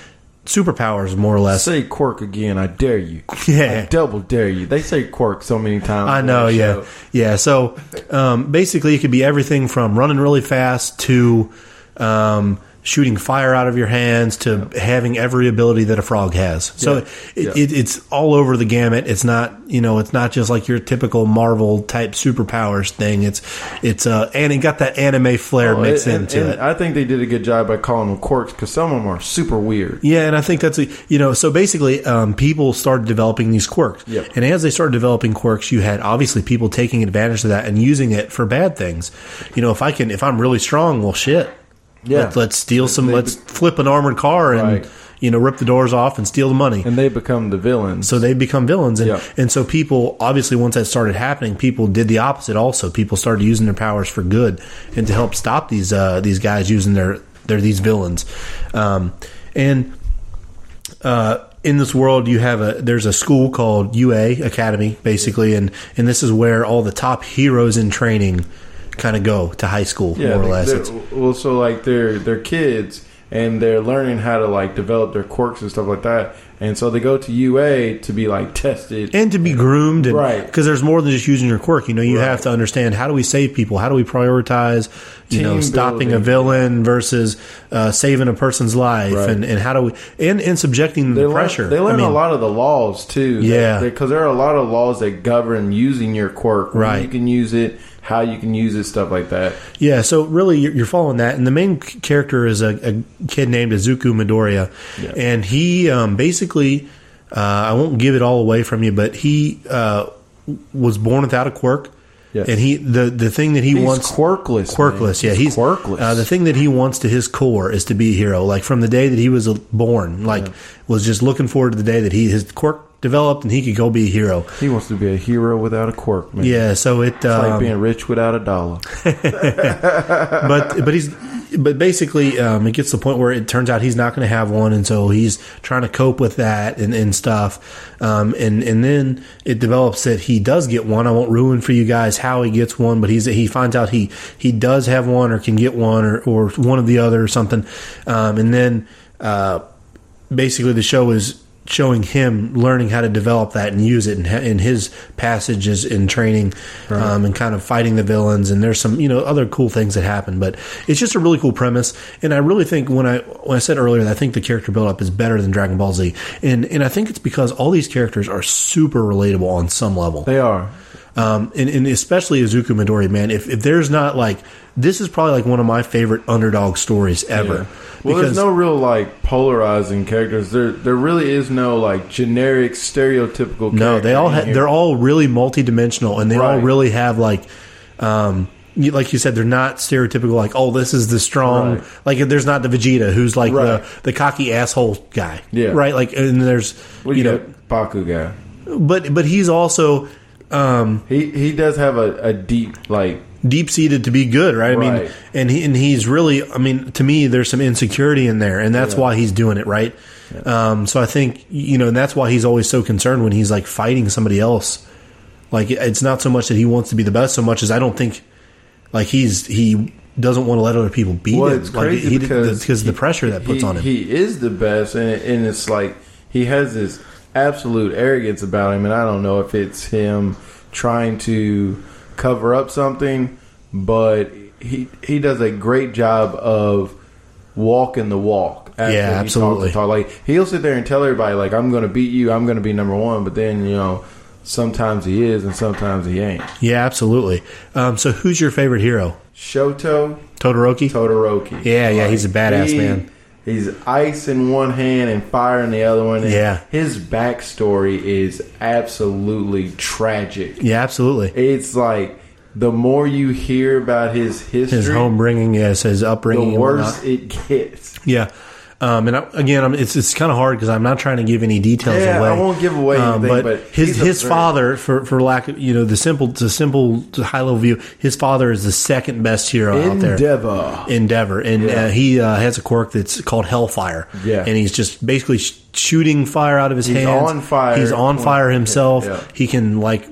Speaker 1: superpowers more or less
Speaker 2: say quirk again. I dare you.
Speaker 1: Yeah.
Speaker 2: I double dare you. They say quirk so many times.
Speaker 1: I
Speaker 2: on
Speaker 1: know,
Speaker 2: that
Speaker 1: yeah,
Speaker 2: show.
Speaker 1: yeah. So um, basically, it could be everything from running really fast to um, shooting fire out of your hands to having every ability that a frog has. So
Speaker 2: Yeah.
Speaker 1: It,
Speaker 2: Yeah.
Speaker 1: It, it's all over the gamut. It's not you know, it's not just like your typical Marvel type superpowers thing. It's it's uh, and it got that anime flair
Speaker 2: Well,
Speaker 1: mixed
Speaker 2: Oh, and- and-
Speaker 1: into
Speaker 2: and
Speaker 1: it.
Speaker 2: I think they did a good job by calling them quirks because some of them are super weird.
Speaker 1: Yeah, and I think that's a, you know so basically um, people started developing these quirks,
Speaker 2: Yep.
Speaker 1: and as they started developing quirks, you had obviously people taking advantage of that and using it for bad things. You know, if I can, if I'm really strong, well, shit,
Speaker 2: Yeah.
Speaker 1: Let, let's steal some,
Speaker 2: They-
Speaker 1: let's flip an armored car and
Speaker 2: Right.
Speaker 1: you know rip the doors off and steal the money.
Speaker 2: And they become the villains.
Speaker 1: So they become villains, and
Speaker 2: Yeah.
Speaker 1: and so people obviously once that started happening, people did the opposite. Also, people started using their powers for good and to help stop these uh, these guys using their their these villains. Um, and uh, in this world, you have a there's a school called UA Academy, basically, and and this is where all the top heroes in training kind of go to high school, more or
Speaker 2: they-
Speaker 1: less.
Speaker 2: they're-
Speaker 1: It's-
Speaker 2: well, so like they're they're kids and they're learning how to like develop their quirks and stuff like that. And so they go to UA to be like tested.
Speaker 1: and to be groomed and
Speaker 2: Right.
Speaker 1: because there's more than just using your quirk you know you
Speaker 2: Right.
Speaker 1: have to understand how do we save people how do we prioritize you
Speaker 2: Team
Speaker 1: know stopping a
Speaker 2: building.
Speaker 1: villain versus uh, saving a person's life
Speaker 2: Right.
Speaker 1: and, and how do we and, and subjecting
Speaker 2: they
Speaker 1: the
Speaker 2: learn,
Speaker 1: pressure
Speaker 2: They learn
Speaker 1: I mean,
Speaker 2: a lot of the laws too.
Speaker 1: Yeah.
Speaker 2: because there are a lot of laws that govern using your quirk. when
Speaker 1: Right.
Speaker 2: you can use it, how you can use it, stuff like that.
Speaker 1: yeah so really you're, you're following that and the main c- character is a, a kid named Izuku Midoriya
Speaker 2: Yeah.
Speaker 1: and he um, basically uh, I won't give it all away from you but he uh, was born without a quirk
Speaker 2: Yes.
Speaker 1: and he the the thing that he
Speaker 2: He's
Speaker 1: wants
Speaker 2: quirkless,
Speaker 1: quirkless.
Speaker 2: man.
Speaker 1: Yeah, he's
Speaker 2: quirkless.
Speaker 1: Uh, the thing that he wants to his core is to be a hero. Like from the day that he was uh, born, like was just looking forward to the day that he his quirk developed and he could go be a hero.
Speaker 2: he wants to be a hero without a quirk, man.
Speaker 1: Yeah, so it
Speaker 2: It's like
Speaker 1: um,
Speaker 2: being rich without a dollar.
Speaker 1: but but he's but basically um, it gets to the point where it turns out he's not going to have one, and so he's trying to cope with that and, and stuff. Um, and and then it develops that he does get one. I won't ruin for you guys how he gets one, but he's he finds out he he does have one or can get one or or one of the other or something. Um, and then uh, basically the show is showing him learning how to develop that and use it in, in his passages in training um, and kind of fighting the villains and there's some you know other cool things that happen but it's just a really cool premise and i really think when i when i said earlier that i think the character build up is better than dragon ball z and and i think it's because all these characters are super relatable on some level
Speaker 2: They are.
Speaker 1: um, and, and especially Izuku Midori, man. If, if there's not like this is probably like one of my favorite underdog stories ever.
Speaker 2: Well, there's no real like polarizing characters. There, there really is no like generic stereotypical.
Speaker 1: No,
Speaker 2: character
Speaker 1: they all
Speaker 2: in
Speaker 1: ha-
Speaker 2: here.
Speaker 1: they're all really multidimensional, and they all
Speaker 2: Right.
Speaker 1: really have like, um, you, like you said, they're not stereotypical. Like, oh, this is the strong.
Speaker 2: Right.
Speaker 1: Like, there's not the Vegeta who's like
Speaker 2: Right.
Speaker 1: the the cocky asshole guy,
Speaker 2: Yeah.
Speaker 1: right? Like, and there's
Speaker 2: Well,
Speaker 1: you
Speaker 2: you
Speaker 1: know,
Speaker 2: got Baku guy.
Speaker 1: but but he's also um,
Speaker 2: He he does have a, a deep like
Speaker 1: deep seated to be good, right? I mean,
Speaker 2: Right.
Speaker 1: and he, and he's really, I mean, to me, there's some insecurity in there, and that's why he's doing it, right? Um, so I think you know, and that's why he's always so concerned when he's like fighting somebody else. Like it- it's not so much that he wants to be the best, so much as I don't think like he's he doesn't want to let other people beat
Speaker 2: well,
Speaker 1: him.
Speaker 2: it's
Speaker 1: like,
Speaker 2: crazy
Speaker 1: he-
Speaker 2: because
Speaker 1: because the
Speaker 2: he-
Speaker 1: pressure that puts
Speaker 2: he-
Speaker 1: on him.
Speaker 2: He is the best, and, and it's like he has this absolute arrogance about him, and I don't know if it's him trying to cover up something, but he he does a great job of walking the walk. after
Speaker 1: Yeah,
Speaker 2: he talks
Speaker 1: absolutely.
Speaker 2: the talk. Like he'll sit there and tell everybody, like I'm going to beat you, I'm going to be number one, but then you know. Sometimes he is, and sometimes he ain't.
Speaker 1: yeah, absolutely. Um, so who's your favorite hero?
Speaker 2: Shoto
Speaker 1: Todoroki.
Speaker 2: Todoroki.
Speaker 1: Yeah, yeah, he's a badass, man.
Speaker 2: He's ice in one hand and fire in the other one. and
Speaker 1: Yeah.
Speaker 2: his backstory is absolutely tragic.
Speaker 1: yeah, absolutely.
Speaker 2: It's like the more you hear about his history,
Speaker 1: His home bringing, yes, his
Speaker 2: the
Speaker 1: upbringing, and whatnot.
Speaker 2: worse it gets.
Speaker 1: Yeah. Um, and I, again, I'm, it's it's kind of hard because I'm not trying to give any details
Speaker 2: Yeah,
Speaker 1: away. Um,
Speaker 2: I won't give away anything, but
Speaker 1: his
Speaker 2: he's a
Speaker 1: his
Speaker 2: very-
Speaker 1: father, for for lack of you know the simple the simple to high level view, his father is the second best hero out there.
Speaker 2: Endeavor.
Speaker 1: Endeavor, and uh, he uh, has a quirk that's called Hellfire.
Speaker 2: Yeah.
Speaker 1: and he's just basically sh- shooting fire out of his hands.
Speaker 2: on fire.
Speaker 1: He's on fire himself.
Speaker 2: Yeah.
Speaker 1: He can like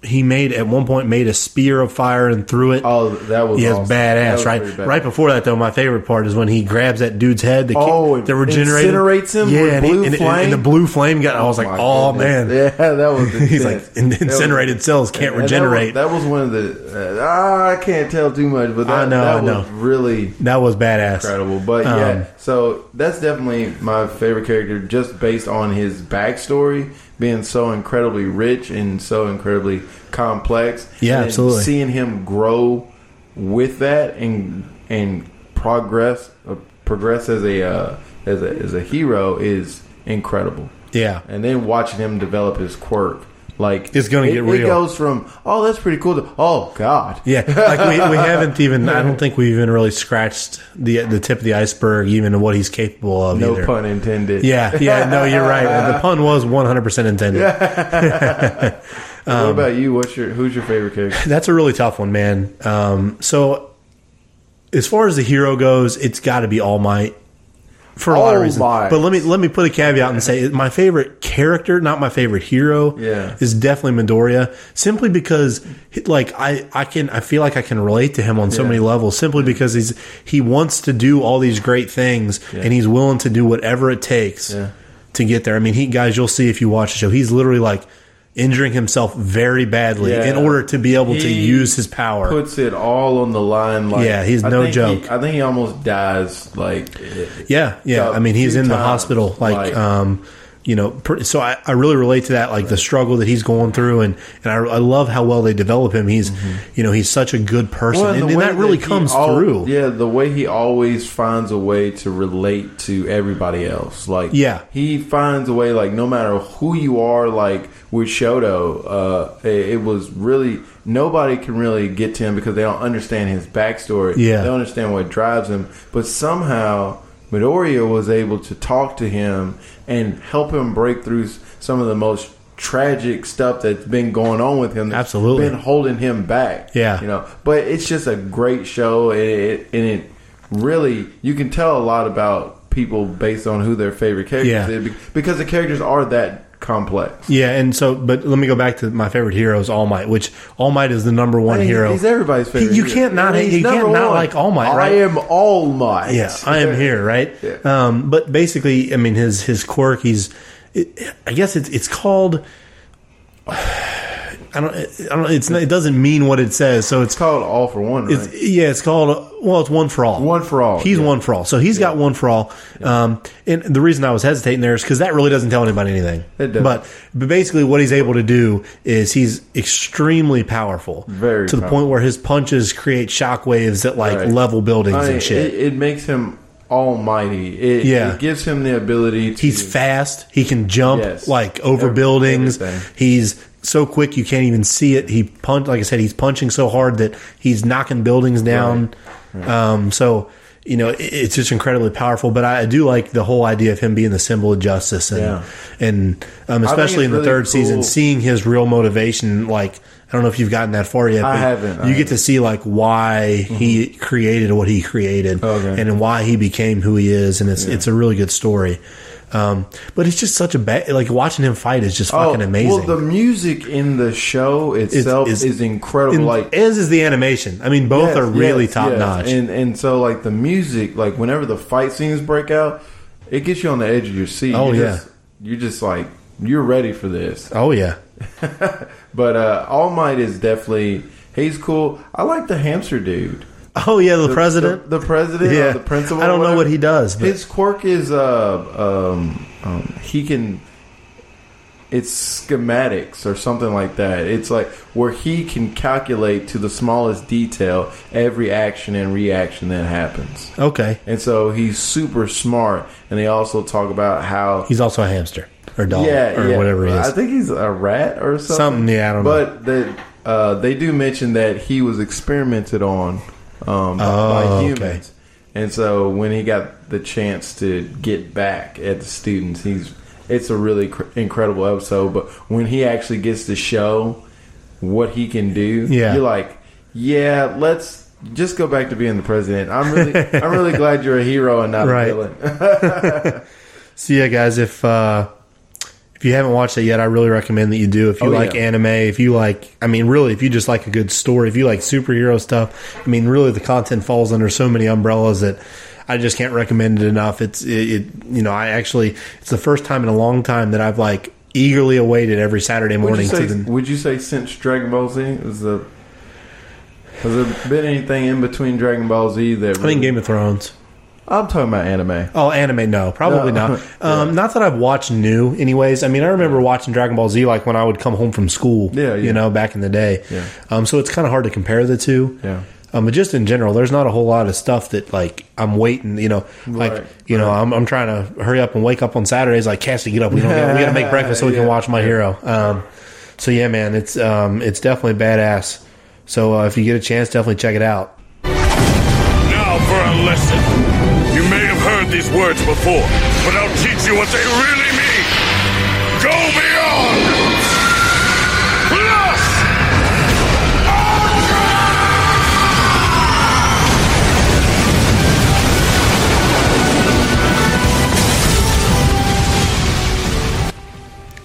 Speaker 1: he made at one point made a spear of fire and threw it.
Speaker 2: Oh, that was
Speaker 1: Yes,
Speaker 2: awesome. That
Speaker 1: badass.
Speaker 2: was
Speaker 1: Right,
Speaker 2: pretty bad.
Speaker 1: right before that though, my favorite part is when he grabs that dude's head. The kid,
Speaker 2: Oh, it
Speaker 1: that regenerated
Speaker 2: incinerates him with
Speaker 1: and, he-
Speaker 2: blue
Speaker 1: and it-
Speaker 2: flame?
Speaker 1: and the blue flame got. I was like,
Speaker 2: My
Speaker 1: oh
Speaker 2: goodness.
Speaker 1: man,
Speaker 2: yeah, that was.
Speaker 1: he's
Speaker 2: intense.
Speaker 1: like in,
Speaker 2: That was-
Speaker 1: incinerated cells can't
Speaker 2: and that was-
Speaker 1: regenerate. That
Speaker 2: That was, one of the. Uh, ah, I can't tell too much, but that,
Speaker 1: I know,
Speaker 2: that
Speaker 1: I know.
Speaker 2: was really
Speaker 1: was, badass.
Speaker 2: incredible. But
Speaker 1: Um,
Speaker 2: yeah, so that's definitely my favorite character, just based on his backstory being so incredibly rich and so incredibly complex.
Speaker 1: Yeah,
Speaker 2: And
Speaker 1: absolutely.
Speaker 2: Seeing him grow with that and and progress uh, progress as a uh, as a as a hero is incredible.
Speaker 1: Yeah,
Speaker 2: And then watching him develop his quirk. Like
Speaker 1: It's gonna
Speaker 2: it-
Speaker 1: get real.
Speaker 2: It goes from oh that's pretty cool to oh god
Speaker 1: yeah. Like we, we haven't even. I don't think we even really scratched the the tip of the iceberg, even of what he's capable of.
Speaker 2: no
Speaker 1: either.
Speaker 2: pun intended
Speaker 1: Yeah, yeah. No, you're right. The pun was 100 percent intended. um,
Speaker 2: what about you what's your who's your favorite character
Speaker 1: That's a really tough one, man. Um, so, as far as the hero goes, it's got to be All Might for a lot of
Speaker 2: All
Speaker 1: reasons.
Speaker 2: Might.
Speaker 1: But let me let me put a caveat and say my favorite character, not my favorite hero,
Speaker 2: Yeah.
Speaker 1: is definitely Midoriya. Simply because, he- like I I can I feel like I can relate to him on so
Speaker 2: Yeah.
Speaker 1: many levels. Simply because he's he wants to do all these great things and he's willing to do whatever it takes
Speaker 2: Yeah.
Speaker 1: to get there. I mean, he guys, you'll see if you watch the show, he's literally like. Injuring himself very badly in
Speaker 2: Yeah.
Speaker 1: order to be able to
Speaker 2: He
Speaker 1: use his power.
Speaker 2: puts it all on the line. Like,
Speaker 1: Yeah, he's
Speaker 2: I
Speaker 1: no
Speaker 2: think
Speaker 1: joke.
Speaker 2: he- I think he almost dies. Like,
Speaker 1: yeah, yeah.
Speaker 2: a
Speaker 1: I mean, he's
Speaker 2: few
Speaker 1: in the
Speaker 2: times,
Speaker 1: hospital, like,
Speaker 2: like-
Speaker 1: um, you know. Pr- so I, I really relate to that, like the struggle that he's going through, and and I, I love how well they develop him. He's, you know, he's such a good person,
Speaker 2: Mm-hmm.
Speaker 1: and,
Speaker 2: Well, the
Speaker 1: and
Speaker 2: way
Speaker 1: that really
Speaker 2: he
Speaker 1: comes
Speaker 2: al-
Speaker 1: through. Yeah.
Speaker 2: Yeah, the way he always finds a way to relate to everybody else. Like,
Speaker 1: Yeah.
Speaker 2: he finds a way. Like, no matter who you are, like with Shoto, uh, it, it was really nobody can really get to him because they don't understand his backstory.
Speaker 1: Yeah.
Speaker 2: they don't understand what drives him. But somehow Midoriya was able to talk to him and help him break through s- some of the most tragic stuff that's been going on with him. that's
Speaker 1: Absolutely.
Speaker 2: been holding him back.
Speaker 1: Yeah.
Speaker 2: you know. But it's just a great show, and it, and it really you can tell a lot about people based on who their favorite characters
Speaker 1: Yeah.
Speaker 2: is be- because the characters are that complex.
Speaker 1: and so, but let me go back to my favorite hero is All Might, which All Might is the number one
Speaker 2: I mean,
Speaker 1: hero.
Speaker 2: He's everybody's favorite.
Speaker 1: You
Speaker 2: hero.
Speaker 1: can't not-
Speaker 2: And he's
Speaker 1: you can't
Speaker 2: number
Speaker 1: not
Speaker 2: one.
Speaker 1: like All Might, right?
Speaker 2: I am All Might.
Speaker 1: Yeah, I am here, right?
Speaker 2: Yeah.
Speaker 1: Um, but basically, I mean, his his quirk, he's it, I guess it's it's called. I don't. I don't. It's not, it doesn't mean what it says. So it's
Speaker 2: It's called all for one, right?
Speaker 1: it's yeah. It's called uh, well. It's one for all.
Speaker 2: One for all,
Speaker 1: He's
Speaker 2: yeah.
Speaker 1: one for all. So he's got one for all. Um, and the reason I was hesitating there is because that really doesn't tell anybody anything.
Speaker 2: It doesn't.
Speaker 1: But but basically, what he's able to do is he's extremely powerful.
Speaker 2: Very
Speaker 1: to the
Speaker 2: powerful.
Speaker 1: point where his punches create shockwaves that like
Speaker 2: Right.
Speaker 1: level buildings
Speaker 2: I mean,
Speaker 1: and shit.
Speaker 2: It, it makes him almighty. It,
Speaker 1: Yeah.
Speaker 2: it gives him the ability to.
Speaker 1: He's fast. He can jump
Speaker 2: Yes.
Speaker 1: like over
Speaker 2: Every-
Speaker 1: buildings.
Speaker 2: everything.
Speaker 1: He's so quick you can't even see it. He punch like I said. He's punching so hard that he's knocking buildings down. Um, so you know it, it's just incredibly powerful. But I, I do like the whole idea of him being the symbol of justice and
Speaker 2: Yeah.
Speaker 1: and um, especially
Speaker 2: it's
Speaker 1: in the
Speaker 2: really
Speaker 1: third season,
Speaker 2: cool.
Speaker 1: seeing his real motivation. Like I don't know if you've gotten that far yet.
Speaker 2: I
Speaker 1: but
Speaker 2: haven't, I
Speaker 1: You get to see like why he created what he created
Speaker 2: Mm-hmm. Oh, Okay.
Speaker 1: and why he became who he is. And it's it's a really good story. Um, but it's just such a bad like watching him fight is just fucking amazing.
Speaker 2: Oh, Well, the music in the show itself
Speaker 1: is-
Speaker 2: is incredible.
Speaker 1: And
Speaker 2: like
Speaker 1: as is the animation. I mean, both
Speaker 2: Yes,
Speaker 1: are really
Speaker 2: yes,
Speaker 1: top
Speaker 2: yes.
Speaker 1: notch.
Speaker 2: And and so like the music, like whenever the fight scenes break out, it gets you on the edge of your seat.
Speaker 1: Oh,
Speaker 2: you
Speaker 1: yeah.
Speaker 2: just, you're just like you're ready for this.
Speaker 1: oh yeah,
Speaker 2: But uh, All Might is definitely he's cool. I like the hamster dude.
Speaker 1: oh yeah, the, president.
Speaker 2: the, the president,
Speaker 1: yeah,
Speaker 2: or the principal.
Speaker 1: I don't know
Speaker 2: whatever.
Speaker 1: what he does, but
Speaker 2: His quirk is uh um, um he can it's schematics or something like that. It's like where he can calculate to the smallest detail every action and reaction that happens.
Speaker 1: okay,
Speaker 2: And so he's super smart and they also talk about how
Speaker 1: he's also a hamster or dog
Speaker 2: yeah,
Speaker 1: or
Speaker 2: yeah.
Speaker 1: whatever he
Speaker 2: I
Speaker 1: is.
Speaker 2: think he's a rat or something.
Speaker 1: Something, yeah, I don't know.
Speaker 2: but know. But uh, they do mention that he was experimented on um, by-
Speaker 1: Oh,
Speaker 2: by
Speaker 1: okay.
Speaker 2: humans. And so when he got the chance to get back at the students, he's it's a really cr- incredible episode. But when he actually gets to show what he can do,
Speaker 1: Yeah.
Speaker 2: you're like, yeah, let's just go back to being the president. I'm really, I'm really glad you're a hero and not
Speaker 1: Right.
Speaker 2: a villain.
Speaker 1: So yeah, guys, if uh, if you haven't watched it yet, I really recommend that you do. If you
Speaker 2: Oh,
Speaker 1: like
Speaker 2: yeah.
Speaker 1: anime, if you like, I mean, really, if you just like a good story, if you like superhero stuff, I mean, really, the content falls under so many umbrellas that I just can't recommend it enough. It's it, it you know, I actually, it's the first time in a long time that I've like eagerly awaited every Saturday
Speaker 2: Would you,
Speaker 1: morning to
Speaker 2: say,
Speaker 1: the.
Speaker 2: would you say since Dragon Ball Z was the has there been anything in between Dragon Ball Z that
Speaker 1: I mean, Game of Thrones.
Speaker 2: I'm talking about anime.
Speaker 1: Oh, anime? No, probably
Speaker 2: No.
Speaker 1: not. Um, Not that I've watched new, anyways. I mean, I remember watching Dragon Ball Z like when I would come home from school.
Speaker 2: Yeah, yeah.
Speaker 1: you know, back in the day.
Speaker 2: Yeah.
Speaker 1: Um, so it's kind of hard to compare the two.
Speaker 2: Yeah.
Speaker 1: Um, but just in general, there's not a whole lot of stuff that like I'm waiting. You know, like
Speaker 2: Right,
Speaker 1: you know, I'm, I'm trying to hurry up and wake up on Saturdays. Like Cassie, get up. We don't. Gotta, we got to make breakfast so we can
Speaker 2: Yeah.
Speaker 1: watch My Hero. Um, so yeah, man, it's um, it's definitely badass. So uh, if you get a chance, definitely check it out.
Speaker 3: Now for a lesson. You may have heard these words before, but I'll teach you what they really mean. Go beyond! Plus!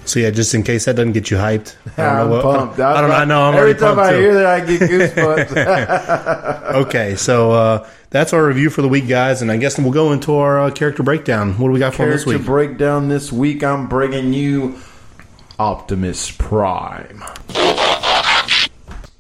Speaker 1: So yeah, just in case that doesn't get you hyped, I
Speaker 2: I'm
Speaker 1: what-
Speaker 2: pumped.
Speaker 1: I don't know. I know. I'm
Speaker 2: every
Speaker 1: already
Speaker 2: time
Speaker 1: pumped
Speaker 2: I
Speaker 1: too.
Speaker 2: hear that, I get goosebumps.
Speaker 1: Okay, so uh, that's our review for the week, guys, and I guess we'll go into our uh, character breakdown. What do we got for 'em this
Speaker 2: Character
Speaker 1: week?
Speaker 2: breakdown this week. I'm bringing you Optimus Prime.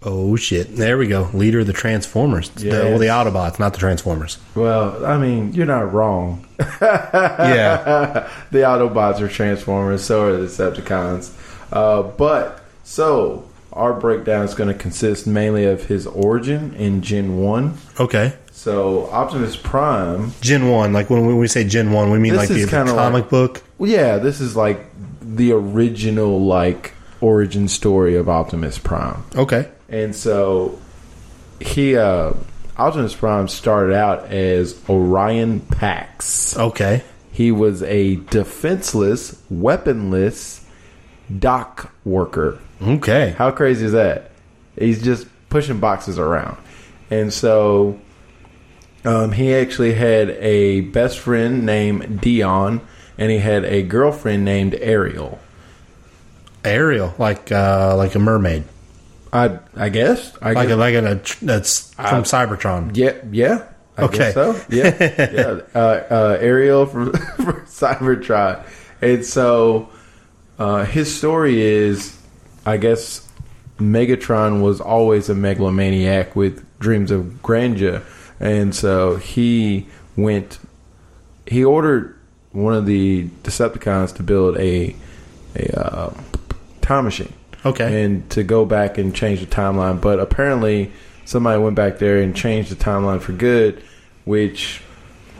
Speaker 1: oh shit! There we go. Leader of the Transformers. The-
Speaker 2: Yes.
Speaker 1: well, the Autobots, not the Transformers.
Speaker 2: Well, I mean, you're not wrong.
Speaker 1: yeah.
Speaker 2: the Autobots are Transformers, so are the Decepticons. Uh, but so our breakdown is going to consist mainly of his origin in Gen One.
Speaker 1: Okay.
Speaker 2: So Optimus Prime,
Speaker 1: Gen one, like when we- we say Gen one, we mean
Speaker 2: This
Speaker 1: like the
Speaker 2: is kinda
Speaker 1: the comic
Speaker 2: like-
Speaker 1: book.
Speaker 2: well, yeah, this is like the original like origin story of Optimus Prime.
Speaker 1: Okay.
Speaker 2: And so he uh, Optimus Prime started out as Orion Pax.
Speaker 1: Okay.
Speaker 2: He was a defenseless, weaponless dock worker.
Speaker 1: Okay.
Speaker 2: How crazy is that? He's just pushing boxes around. And so um, he actually had a best friend named Dion, and he had a girlfriend named Ariel.
Speaker 1: Ariel, like uh, like a mermaid,
Speaker 2: I I guess I
Speaker 1: like a,
Speaker 2: guess,
Speaker 1: like an, a tr- that's from Cybertron.
Speaker 2: yeah yeah I
Speaker 1: Okay.
Speaker 2: guess so yeah yeah uh, uh, Ariel from, from Cybertron, And so uh, his story is, I guess, Megatron was always a megalomaniac with dreams of grandeur, and so he went. He ordered one of the Decepticons to build a a uh, time machine.
Speaker 1: Okay.
Speaker 2: And to go back and change the timeline. But apparently, somebody went back there and changed the timeline for good, which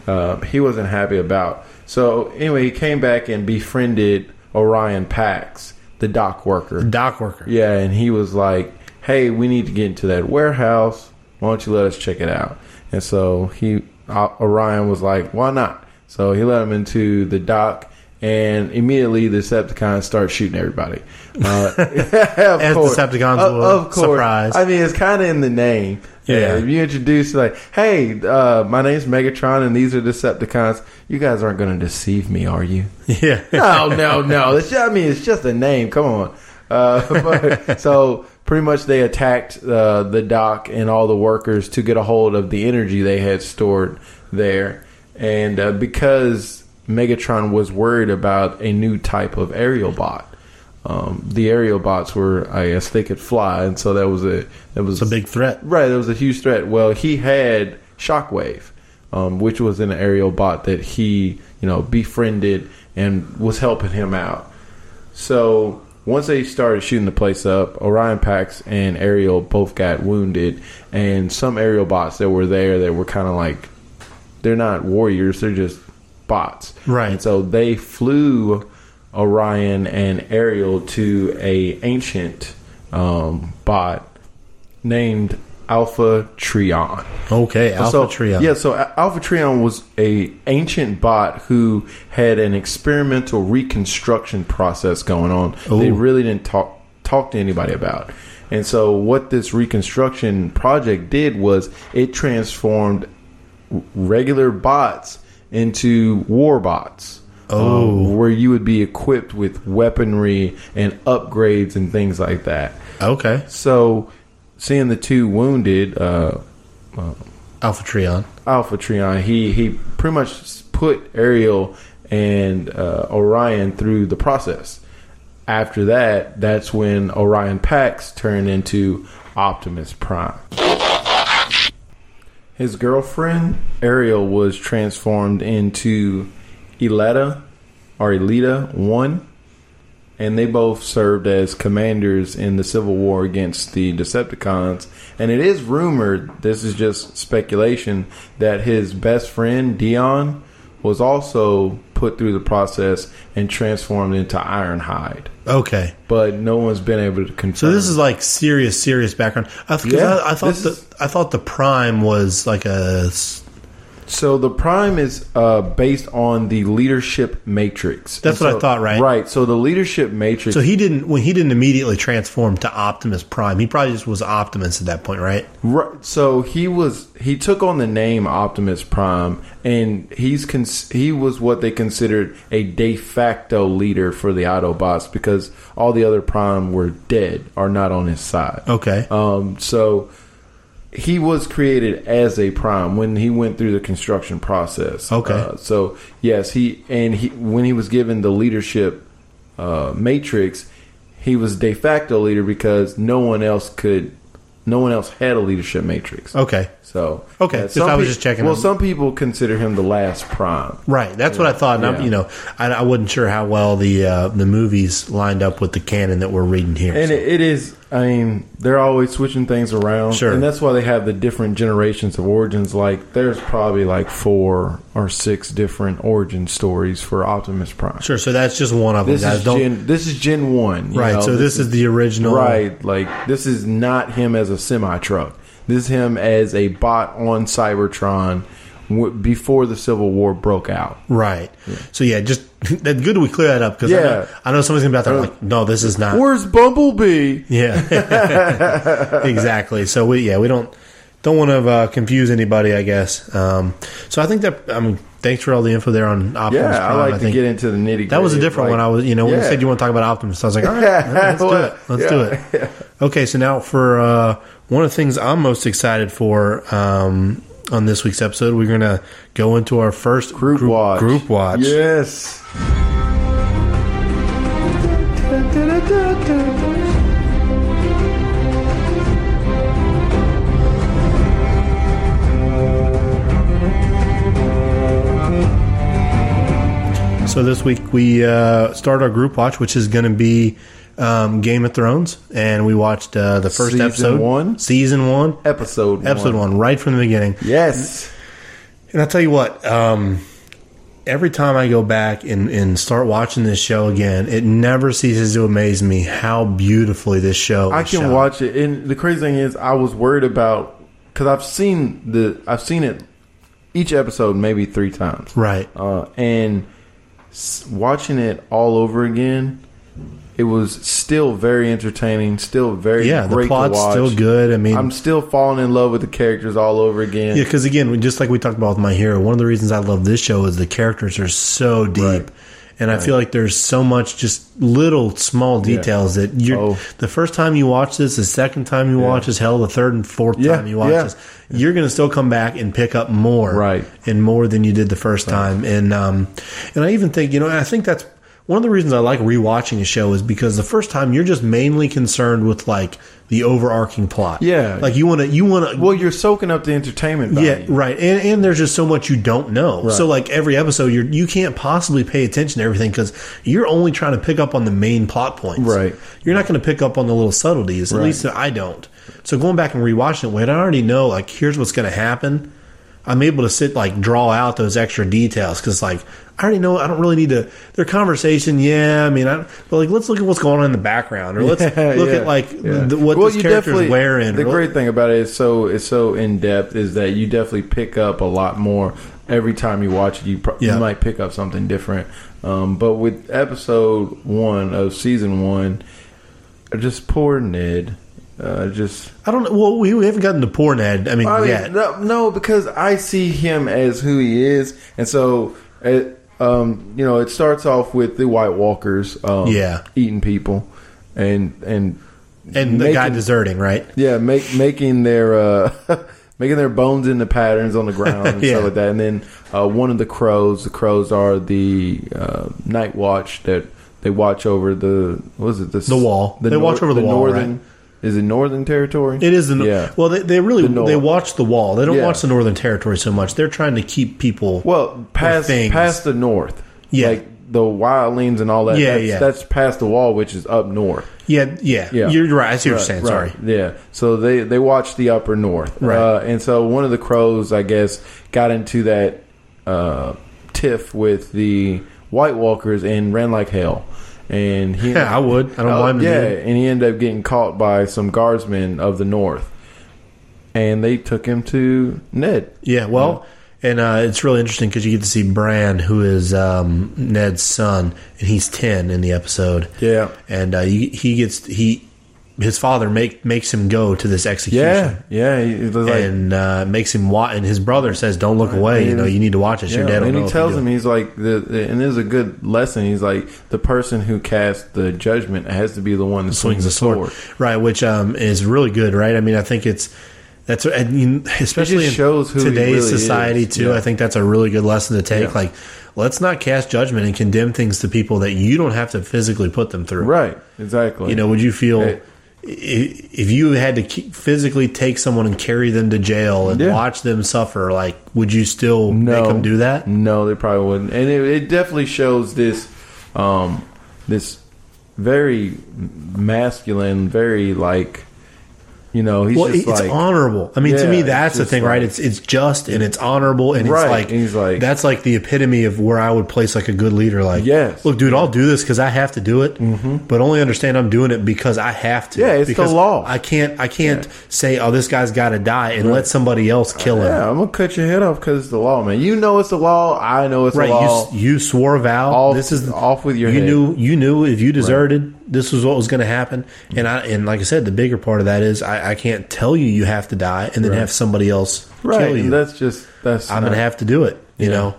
Speaker 2: uh, he wasn't happy about. So, anyway, he came back and befriended Orion Pax, the dock worker.
Speaker 1: Dock worker.
Speaker 2: Yeah, and he was like, "Hey, we need to get into that warehouse. Why don't you let us check it out?" And so he uh, Orion was like, "Why not?" So he let him into the dock, and immediately the Decepticons start shooting everybody. Uh, of
Speaker 1: As Decepticons
Speaker 2: Of-
Speaker 1: will.
Speaker 2: of course.
Speaker 1: Surprise.
Speaker 2: I mean, it's kind of in the name.
Speaker 1: Yeah.
Speaker 2: if you introduce like, "Hey, uh, my name's Megatron, and these are Decepticons. You guys aren't going to deceive me, are you?"
Speaker 1: Yeah.
Speaker 2: no, no, no. It's just, I mean, it's just a name. Come on. Uh, but, so pretty much they attacked uh, the dock and all the workers to get a hold of the energy they had stored there, and uh, because Megatron was worried about a new type of aerial bot. Um, the aerial bots were, I guess, they could fly, and so that was a that was
Speaker 1: It's a big threat.
Speaker 2: Right, that was a huge threat. Well, he had Shockwave, um, which was an aerial bot that he, you know, befriended and was helping him out. So once they started shooting the place up, Orion Pax and Ariel both got wounded, and some aerial bots that were there that were kind of like they're not warriors; they're just bots.
Speaker 1: Right.
Speaker 2: And so they flew Orion and Ariel to a ancient um, bot named Alpha Trion.
Speaker 1: Okay. Alpha
Speaker 2: so,
Speaker 1: Trio.
Speaker 2: Yeah, so Al- Alpha Trion was a ancient bot who had an experimental reconstruction process going on. They
Speaker 1: Ooh.
Speaker 2: really didn't talk talk to anybody about. And so what this reconstruction project did was it transformed w- regular bots into war bots. um,
Speaker 1: Oh.
Speaker 2: where you would be equipped with weaponry and upgrades and things like that.
Speaker 1: Okay.
Speaker 2: So, seeing the two wounded, uh,
Speaker 1: Alpha Trion.
Speaker 2: Alpha Trion. He he pretty much put Ariel and uh, Orion through the process. After that, that's when Orion Pax turned into Optimus Prime. His girlfriend Ariel was transformed into Eletta or Elita One, and they both served as commanders in the Civil War against the Decepticons. And it is rumored, this is just speculation, that his best friend Dion was also put through the process and transformed into Ironhide.
Speaker 1: Okay.
Speaker 2: But no one's been able to confirm.
Speaker 1: So this is like serious, serious background. I, 'cause
Speaker 2: Yeah,
Speaker 1: I, I thought
Speaker 2: this
Speaker 1: the
Speaker 2: is-
Speaker 1: I thought the prime was like a s-
Speaker 2: So the prime is uh, based on the leadership matrix.
Speaker 1: That's
Speaker 2: And
Speaker 1: what I
Speaker 2: so-
Speaker 1: thought, right?
Speaker 2: Right. So the leadership matrix.
Speaker 1: So he didn't when he didn't immediately transform to Optimus Prime. He probably just was Optimus at that point, right?
Speaker 2: Right. So he was he took on the name Optimus Prime, and he's cons- he was what they considered a de facto leader for the Autobots because all the other Prime were dead or not on his side.
Speaker 1: Okay.
Speaker 2: Um, so he was created as a prime when he went through the construction process.
Speaker 1: Okay.
Speaker 2: Uh, so yes, he and he when he was given the leadership uh, matrix, he was de facto leader because no one else could, no one else had a leadership matrix.
Speaker 1: okay.
Speaker 2: So
Speaker 1: Okay, just-
Speaker 2: some
Speaker 1: I was
Speaker 2: peo-
Speaker 1: just checking
Speaker 2: Well,
Speaker 1: on-
Speaker 2: some people consider him the last prime.
Speaker 1: Right. That's what I thought. And I'm,
Speaker 2: Yeah.
Speaker 1: you know, I, I wasn't sure how well the uh, the movies lined up with the canon that we're reading here.
Speaker 2: And
Speaker 1: So-
Speaker 2: it, it is, I mean, they're always switching things around.
Speaker 1: Sure.
Speaker 2: And that's why they have the different generations of origins. Like, there's probably like four or six different origin stories for Optimus Prime.
Speaker 1: sure. So that's just one of them,
Speaker 2: This
Speaker 1: guys.
Speaker 2: is
Speaker 1: Don't
Speaker 2: Gen. This is Gen One, you
Speaker 1: right.
Speaker 2: know,
Speaker 1: so this, is, the original.
Speaker 2: right. Like this is not him as a semi truck. This is him as a bot on Cybertron w- before the Civil War broke out.
Speaker 1: Right. So yeah, just that. Good we clear that up because I,
Speaker 2: Yeah.
Speaker 1: know- I know somebody's gonna be out there like, no, this is not.
Speaker 2: Where's Bumblebee?
Speaker 1: Yeah, exactly. So we yeah we don't don't want to uh, confuse anybody, I guess. Um, so I think that I mean thanks for all the info there on Optimus
Speaker 2: Yeah, I
Speaker 1: Prime.
Speaker 2: like to
Speaker 1: think
Speaker 2: get into the nitty.
Speaker 1: that was a different one. I was you know when you said you want to talk about Optimus, I was like all right, let's do it, let's do it. Okay, so now for uh, one of the things I'm most excited for. Um, on this week's episode, we're gonna go into our first
Speaker 2: Group watch.
Speaker 1: Group watch.
Speaker 2: Yes.
Speaker 1: So this week we uh, start our group watch, which is going to be um, Game of Thrones, and we watched uh, the first
Speaker 2: Season
Speaker 1: episode,
Speaker 2: one?
Speaker 1: season one,
Speaker 2: Episode
Speaker 1: episode one, right from the beginning.
Speaker 2: Yes.
Speaker 1: And I'll tell you what, um, every time I go back and, and start watching this show again, it never ceases to amaze me how beautifully this show.
Speaker 2: I
Speaker 1: is
Speaker 2: can
Speaker 1: shot.
Speaker 2: watch it, and the crazy thing is, I was worried about because I've seen the I've seen it each episode maybe three times,
Speaker 1: right.
Speaker 2: uh, and s- watching it all over again, it was still very entertaining, still very
Speaker 1: Yeah,
Speaker 2: Great
Speaker 1: the plot's
Speaker 2: to watch.
Speaker 1: still good. I mean,
Speaker 2: I'm still falling in love with the characters all over again.
Speaker 1: Yeah, because again, we- just like we talked about with My Hero, one of the reasons I love this show is the characters are so deep.
Speaker 2: Right.
Speaker 1: And I feel like there's so much just little small details that you're
Speaker 2: Oh.
Speaker 1: the first time you watch this, the second time you watch this, hell, the third and fourth
Speaker 2: Yeah,
Speaker 1: time you watch
Speaker 2: yeah.
Speaker 1: this, you're gonna still come back and pick up more
Speaker 2: Right.
Speaker 1: and more than you did the first time. And um and I even think, you know, I think that's one of the reasons I like rewatching a show is because the first time you're just mainly concerned with like the overarching plot.
Speaker 2: Yeah.
Speaker 1: Like you wanna you wanna
Speaker 2: Well, you're soaking up the entertainment. Value.
Speaker 1: yeah, right. And, and there's just so much you don't know. So like every episode, you you can't possibly pay attention to everything because you're only trying to pick up on the main plot points.
Speaker 2: Right.
Speaker 1: You're not going to pick up on the little subtleties. At
Speaker 2: Right.
Speaker 1: least I don't. So going back and rewatching it, when I already know like here's what's going to happen, I'm able to sit like draw out those extra details because like I already know I don't really need to their conversation. Yeah, I mean, I, but like let's look at what's going on in the background or let's look
Speaker 2: yeah,
Speaker 1: at like
Speaker 2: yeah.
Speaker 1: the, what
Speaker 2: Well,
Speaker 1: this
Speaker 2: you
Speaker 1: character's
Speaker 2: definitely-
Speaker 1: wearing.
Speaker 2: The
Speaker 1: or-
Speaker 2: great thing about it is so it's so in depth is that you definitely pick up a lot more every time you watch it. You, pro-
Speaker 1: Yeah.
Speaker 2: you might pick up something different. Um, but with episode one of season one, just poor Ned. Uh, just
Speaker 1: I don't know. Well, we, we haven't gotten to poor Ned. I mean,
Speaker 2: I mean,
Speaker 1: yet.
Speaker 2: no, no, because I see him as who he is, and so it, um, you know, it starts off with the White Walkers, um,
Speaker 1: Yeah.
Speaker 2: eating people, and and
Speaker 1: and the guy
Speaker 2: making-
Speaker 1: deserting, right?
Speaker 2: Yeah, make, making their uh, making their bones into patterns on the ground and
Speaker 1: Yeah.
Speaker 2: stuff like that. And then uh, one of the crows, the crows are the uh, night watch that they watch over the what is it the
Speaker 1: The wall. They watch over the wall,
Speaker 2: northern.
Speaker 1: right?
Speaker 2: Is it northern territory?
Speaker 1: It is the
Speaker 2: yeah.
Speaker 1: well. They, they really
Speaker 2: The Nor-
Speaker 1: they watch the wall. They don't
Speaker 2: Yeah.
Speaker 1: watch the Northern Territory so much. They're trying to keep people.
Speaker 2: well past
Speaker 1: things.
Speaker 2: past the north.
Speaker 1: Yeah.
Speaker 2: like the wildlings and all that.
Speaker 1: Yeah,
Speaker 2: that's,
Speaker 1: yeah.
Speaker 2: that's past the wall, which is up north.
Speaker 1: yeah, yeah,
Speaker 2: Yeah.
Speaker 1: You're right. I see what
Speaker 2: Right,
Speaker 1: you're saying.
Speaker 2: right.
Speaker 1: Sorry.
Speaker 2: Yeah. So they they watched the upper north.
Speaker 1: Right.
Speaker 2: Uh, and so one of the crows, I guess, got into that uh, tiff with the White Walkers and ran like hell. And he
Speaker 1: Yeah, I would. I don't
Speaker 2: Oh,
Speaker 1: blame him.
Speaker 2: Yeah,
Speaker 1: dude.
Speaker 2: and he ended up getting caught by some guardsmen of the north, and they took him to Ned.
Speaker 1: Yeah. Well, and uh, it's really interesting because you get to see Bran, who is um, Ned's son, and he's ten in the episode.
Speaker 2: Yeah.
Speaker 1: And uh, he, he gets he his father make makes him go to this execution.
Speaker 2: Yeah, yeah. He, he was like,
Speaker 1: And uh, makes him watch, and his brother says, "Don't look away. You know, you need to watch this. Your
Speaker 2: Yeah,
Speaker 1: dad." will
Speaker 2: and
Speaker 1: know
Speaker 2: he
Speaker 1: if you
Speaker 2: tells
Speaker 1: do it."
Speaker 2: him he's like the, the and this is a good lesson. He's like the person who casts the judgment has to be the one that swings,
Speaker 1: swings a sword, right? Which um, is really good, right? I mean, I think it's that's I mean, especially in
Speaker 2: shows who he
Speaker 1: today's
Speaker 2: really
Speaker 1: society
Speaker 2: is.
Speaker 1: too.
Speaker 2: Yeah.
Speaker 1: I think that's a really good lesson to take.
Speaker 2: Yeah.
Speaker 1: Like, let's not cast judgment and condemn things to people that you don't have to physically put them through.
Speaker 2: Right, exactly.
Speaker 1: You know, would you feel
Speaker 2: Hey.
Speaker 1: i- if you had to keep, physically take someone and carry them to jail and
Speaker 2: Yeah.
Speaker 1: watch them suffer? Like, would you still make them do that?
Speaker 2: No, they probably wouldn't. And it, it definitely shows this, um, this very masculine, very like, you know, he's
Speaker 1: Well,
Speaker 2: just
Speaker 1: it's
Speaker 2: like
Speaker 1: honorable. I mean, to
Speaker 2: Yeah,
Speaker 1: me,
Speaker 2: it's
Speaker 1: that's the
Speaker 2: just
Speaker 1: thing, right?
Speaker 2: like-
Speaker 1: It's it's just and it's honorable, and
Speaker 2: Right,
Speaker 1: it's like,
Speaker 2: and he's like-
Speaker 1: that's like the epitome of where I would place like a good leader. Like,
Speaker 2: Yes. Mm-hmm.
Speaker 1: look, dude, I'll do this because I have to do it, but only understand I'm doing it because I have to.
Speaker 2: Yeah, it's the
Speaker 1: because
Speaker 2: law.
Speaker 1: I can't I can't say, oh, this guy's got to die, and let somebody else kill him.
Speaker 2: yeah, I'm gonna cut your head off because it's the law, man. You know it's the law. I know it's
Speaker 1: Right,
Speaker 2: the
Speaker 1: you,
Speaker 2: law.
Speaker 1: s- you swore a vow.
Speaker 2: Off-
Speaker 1: this is
Speaker 2: off with your
Speaker 1: You
Speaker 2: head.
Speaker 1: knew you knew if you deserted, this was what was going to happen. And I and like I said, the bigger part of that is I, I can't tell you you have to die, and then have somebody else
Speaker 2: right,
Speaker 1: kill you.
Speaker 2: and that's just that's.
Speaker 1: I'm
Speaker 2: not-
Speaker 1: gonna have to do it. You know.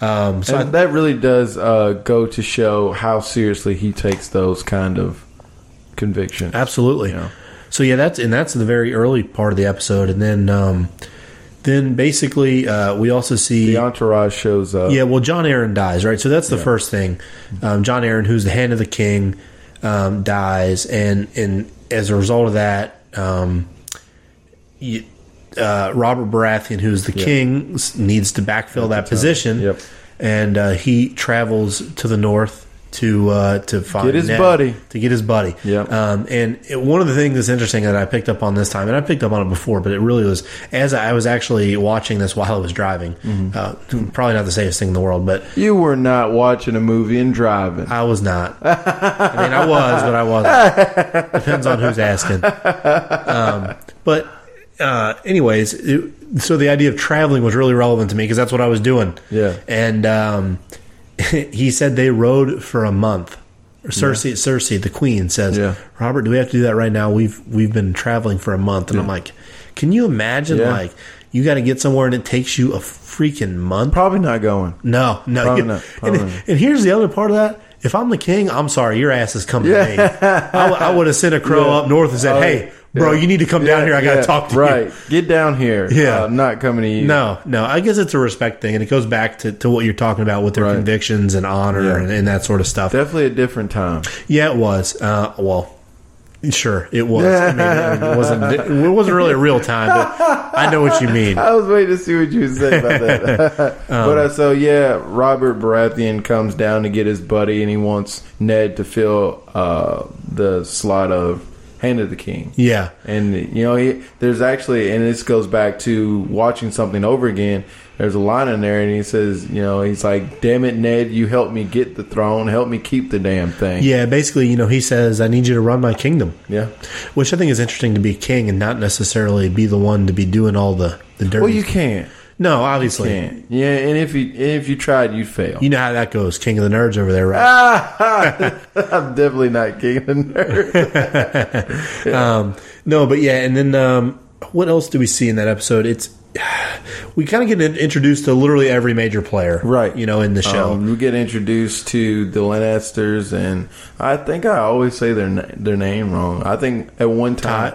Speaker 1: Um, so
Speaker 2: and
Speaker 1: I,
Speaker 2: that really does uh, go to show how seriously he takes those kind of convictions.
Speaker 1: absolutely.
Speaker 2: Yeah.
Speaker 1: So yeah, that's and that's the very early part of the episode, and then um, then basically uh, we also see.
Speaker 2: The entourage shows up.
Speaker 1: yeah, well, John Aaron dies, right? So that's the first thing. Um, John Aaron, who's the hand of the king, um, dies, and and as a result of that, um, you, uh, Robert Baratheon, who's the king, s- needs to backfill that position.
Speaker 2: Yep.
Speaker 1: and uh, he travels to the north to uh, to find
Speaker 2: Get his buddy.
Speaker 1: to get his buddy.
Speaker 2: Yep.
Speaker 1: Um, and it, one of the things that's interesting that I picked up on this time, and I picked up on it before, but it really was as I was actually watching this while I was driving. Uh, probably not the safest thing in the world, but
Speaker 2: You were not watching a movie and driving.
Speaker 1: I was not. I mean, I was, but I wasn't. Depends on who's asking. Um, but, uh, anyways, it, so the idea of traveling was really relevant to me because that's what I was doing.
Speaker 2: Yeah.
Speaker 1: And um, he said they rode for a month. Cersei, Cersei, the queen says,
Speaker 2: Yeah.
Speaker 1: "Robert, do we have to do that right now? We've we've been traveling for a month." And I'm like, "Can you imagine?
Speaker 2: Yeah.
Speaker 1: Like, you got to get somewhere and it takes you a freaking month."
Speaker 2: Probably not going.
Speaker 1: No, no.
Speaker 2: Probably
Speaker 1: you-
Speaker 2: not. Probably
Speaker 1: and,
Speaker 2: not.
Speaker 1: and here's the other part of that. If I'm the king, I'm sorry, your ass is coming to me. I, w- I would have sent a crow
Speaker 2: Yeah.
Speaker 1: up north and said,
Speaker 2: Oh,
Speaker 1: "Hey, bro,
Speaker 2: yeah.
Speaker 1: you need to come down here. I got to talk to
Speaker 2: right.
Speaker 1: you."
Speaker 2: Get down here.
Speaker 1: Yeah.
Speaker 2: I'm not coming to you.
Speaker 1: No, no. I guess it's a respect thing, and it goes back to, to what you're talking about with their
Speaker 2: Right.
Speaker 1: convictions and honor and, and that sort of stuff.
Speaker 2: Definitely a different time.
Speaker 1: Yeah, it was. Uh, well, sure, it was. I mean, I mean, it wasn't. It wasn't really a real time, but I know what you mean.
Speaker 2: I was waiting to see what you would say about that. but
Speaker 1: Um,
Speaker 2: uh, so yeah, Robert Baratheon comes down to get his buddy, and he wants Ned to fill uh, the slot of Hand of the King.
Speaker 1: Yeah,
Speaker 2: And you know, he, there's actually, and this goes back to watching something over again. There's a line in there, and he says, you know, he's like, "Damn it, Ned, you helped me get the throne, help me keep the damn thing."
Speaker 1: yeah. Basically, you know, he says, "I need you to run my kingdom."
Speaker 2: yeah.
Speaker 1: Which I think is interesting to be king and not necessarily be the one to be doing all the the dirty.
Speaker 2: Well, you can't,
Speaker 1: no, obviously, you,
Speaker 2: can't. Yeah, and if you and if you tried, you'd fail.
Speaker 1: know how that goes. King of the nerds over there, right?
Speaker 2: I'm definitely not king of the nerds. Ah.
Speaker 1: no, but yeah, and then um, what else do we see in that episode? It's we kind of get in- introduced to literally every major player,
Speaker 2: Right.
Speaker 1: You know, in the show.
Speaker 2: Um, we get introduced to the Lannisters, and I think I always say their na- their name wrong. I think at one time,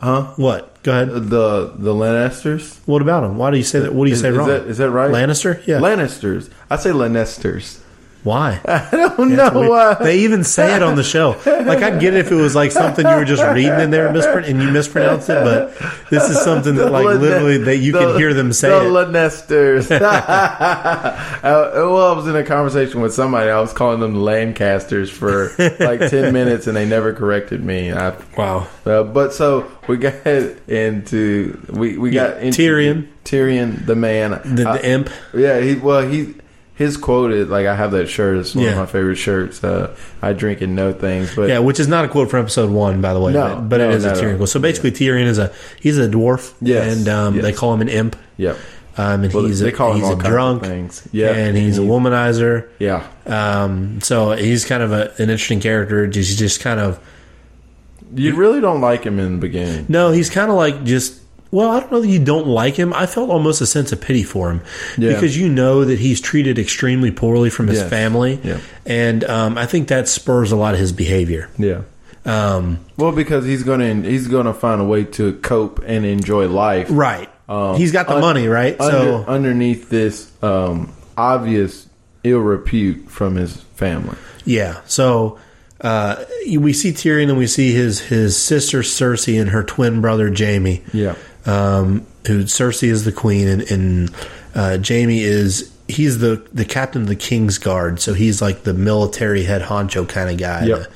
Speaker 1: Todd. what? Go ahead.
Speaker 2: the the Lannisters.
Speaker 1: What about him? Why do you say that? What do you
Speaker 2: Is,
Speaker 1: say
Speaker 2: is
Speaker 1: wrong?
Speaker 2: that is that right?
Speaker 1: Lannister? Yeah.
Speaker 2: Lannisters. I say Lannisters.
Speaker 1: Why?
Speaker 2: I don't
Speaker 1: That's
Speaker 2: know
Speaker 1: weird.
Speaker 2: why.
Speaker 1: They even say it on the show. Like I'd get it if it was like something you were just reading in there and, mispron- and you mispronounced it, but this is something that like
Speaker 2: Lan-
Speaker 1: literally that you
Speaker 2: the-
Speaker 1: can hear them say
Speaker 2: the
Speaker 1: it.
Speaker 2: Lannisters. Uh, well, I was in a conversation with somebody. I was calling them Lancasters for like ten minutes, and they never corrected me. I,
Speaker 1: Wow.
Speaker 2: Uh, but so we got into we we
Speaker 1: Yeah,
Speaker 2: got into
Speaker 1: Tyrion.
Speaker 2: Tyrion the man,
Speaker 1: The, the
Speaker 2: I-
Speaker 1: imp.
Speaker 2: yeah, he well he his quote is like I have that shirt. It's one of
Speaker 1: Yeah.
Speaker 2: my favorite shirts. Uh, I drink and know things, but
Speaker 1: Yeah, which is not a quote from episode one, by the way.
Speaker 2: No,
Speaker 1: but, but
Speaker 2: no,
Speaker 1: it is
Speaker 2: no,
Speaker 1: a
Speaker 2: no.
Speaker 1: Tyrion quote. So basically, Tyrion is a he's a dwarf,
Speaker 2: Yes,
Speaker 1: and um,
Speaker 2: yes.
Speaker 1: they call him an imp.
Speaker 2: yeah,
Speaker 1: Um, and
Speaker 2: Well,
Speaker 1: he's
Speaker 2: they call
Speaker 1: a,
Speaker 2: him
Speaker 1: he's
Speaker 2: all
Speaker 1: a
Speaker 2: kinds of
Speaker 1: drunk,
Speaker 2: things. Yeah,
Speaker 1: and
Speaker 2: and
Speaker 1: he's a
Speaker 2: he-
Speaker 1: womanizer.
Speaker 2: yeah.
Speaker 1: Um, so he's kind of a, an interesting character. He's just kind of
Speaker 2: You really don't like him in the beginning.
Speaker 1: No, he's kind of like just. Well, I don't know that you don't like him. I felt almost a sense of pity for him
Speaker 2: Yeah.
Speaker 1: because you know that he's treated extremely poorly from his
Speaker 2: Yes.
Speaker 1: family,
Speaker 2: Yeah.
Speaker 1: and um, I think that spurs a lot of his behavior.
Speaker 2: Yeah.
Speaker 1: Um,
Speaker 2: Well, because he's gonna he's gonna find a way to cope and enjoy life.
Speaker 1: right?
Speaker 2: Um,
Speaker 1: he's got the
Speaker 2: un-
Speaker 1: money, right?
Speaker 2: under-
Speaker 1: so
Speaker 2: underneath this um, obvious ill repute from his family.
Speaker 1: yeah, so uh, we see Tyrion and we see his his sister Cersei and her twin brother Jamie.
Speaker 2: Yeah.
Speaker 1: um, who Cersei is the queen, and, and uh, Jamie is he's the the captain of the king's guard, so he's like the military head honcho kind of guy.
Speaker 2: Yep.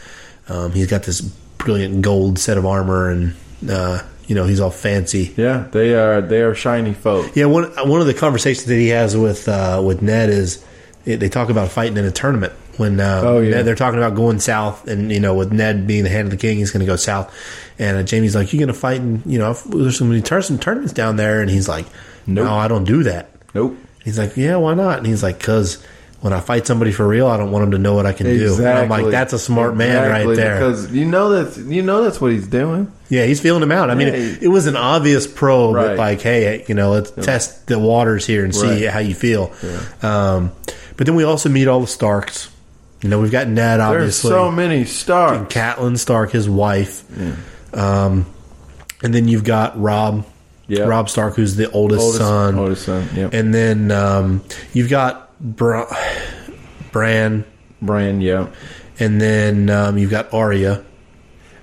Speaker 1: Um, he's got this brilliant gold set of armor, and uh, you know he's all fancy.
Speaker 2: Yeah, they are they are shiny folk.
Speaker 1: Yeah, one one of the conversations that he has with uh, with Ned is they they talk about fighting in a tournament. When uh,
Speaker 2: Oh, yeah.
Speaker 1: Ned- they're talking about going south, and you know, with Ned being the hand of the king, he's going to go south. And uh, Jamie's like, "You're going to fight, and you know, if there's some turn some tournaments down there." And he's like,
Speaker 2: Nope.
Speaker 1: "No, I don't do that."
Speaker 2: Nope.
Speaker 1: He's like, "Yeah, why not?" And he's like, "Cause when I fight somebody for real, I don't want him to know what I can do." And I'm like, "That's a smart man
Speaker 2: Exactly,
Speaker 1: right there."
Speaker 2: Because you know that's you know that's what he's doing.
Speaker 1: Yeah, he's feeling him out. I mean,
Speaker 2: Yeah,
Speaker 1: it,
Speaker 2: he-
Speaker 1: it was an obvious probe,
Speaker 2: Right.
Speaker 1: but like, hey, you know, let's test the waters here and see
Speaker 2: Right.
Speaker 1: how you feel. Um, but then we also meet all the Starks. You know, we've got Ned,
Speaker 2: There's
Speaker 1: obviously,
Speaker 2: so many stars.
Speaker 1: Catelyn Stark, his wife, um, and then you've got Rob,
Speaker 2: Yeah.
Speaker 1: Rob Stark, who's the oldest,
Speaker 2: Oldest
Speaker 1: son,
Speaker 2: Oldest son. Yep.
Speaker 1: and then um, you've got Bra- Bran,
Speaker 2: Bran. Yeah.
Speaker 1: and then um, you've got Arya.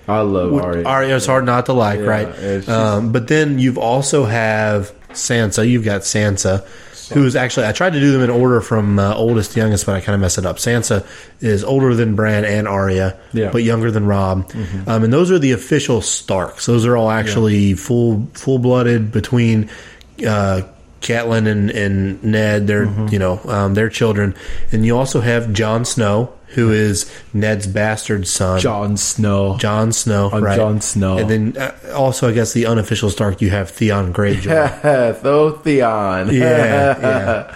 Speaker 2: I love Arya.
Speaker 1: Arya's hard not to like,
Speaker 2: Yeah,
Speaker 1: right?
Speaker 2: it's just-
Speaker 1: Um, but then you've also have Sansa. You've got Sansa, who's actually I tried to do them in order from uh, oldest to youngest, but I kind of messed it up. Sansa is older than Bran and Arya,
Speaker 4: Yeah. Mm-hmm.
Speaker 1: but younger than Rob. Um, and those are the official Starks. Those are all actually full full blooded between uh, Catelyn and, and Ned. They're
Speaker 4: Mm-hmm.
Speaker 1: you know um, their children, and you also have Jon Snow, who is Ned's bastard son.
Speaker 4: Jon Snow.
Speaker 1: Jon Snow,
Speaker 4: On
Speaker 1: right?
Speaker 4: Jon Snow.
Speaker 1: and then uh, also I guess the unofficial Stark. You have Theon Greyjoy.
Speaker 2: Thotheon.
Speaker 1: Yeah, yeah.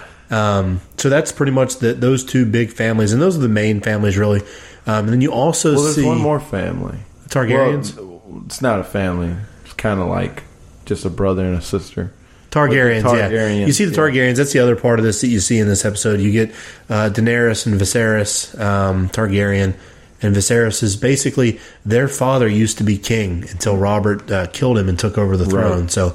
Speaker 1: Um, so that's pretty much the, those two big families, and those are the main families, really. Um, and then you also
Speaker 2: Well, there's
Speaker 1: see
Speaker 2: one more family.
Speaker 1: Targaryens.
Speaker 2: Well, it's not a family. It's kind of like just a brother and a sister.
Speaker 1: Targaryens, yeah.
Speaker 2: Targaryens,
Speaker 1: You see the
Speaker 2: yeah.
Speaker 1: Targaryens. That's the other part of this that you see in this episode. You get uh, Daenerys and Viserys, um, Targaryen, and Viserys is basically their father used to be king until Robert uh, killed him and took over the throne. So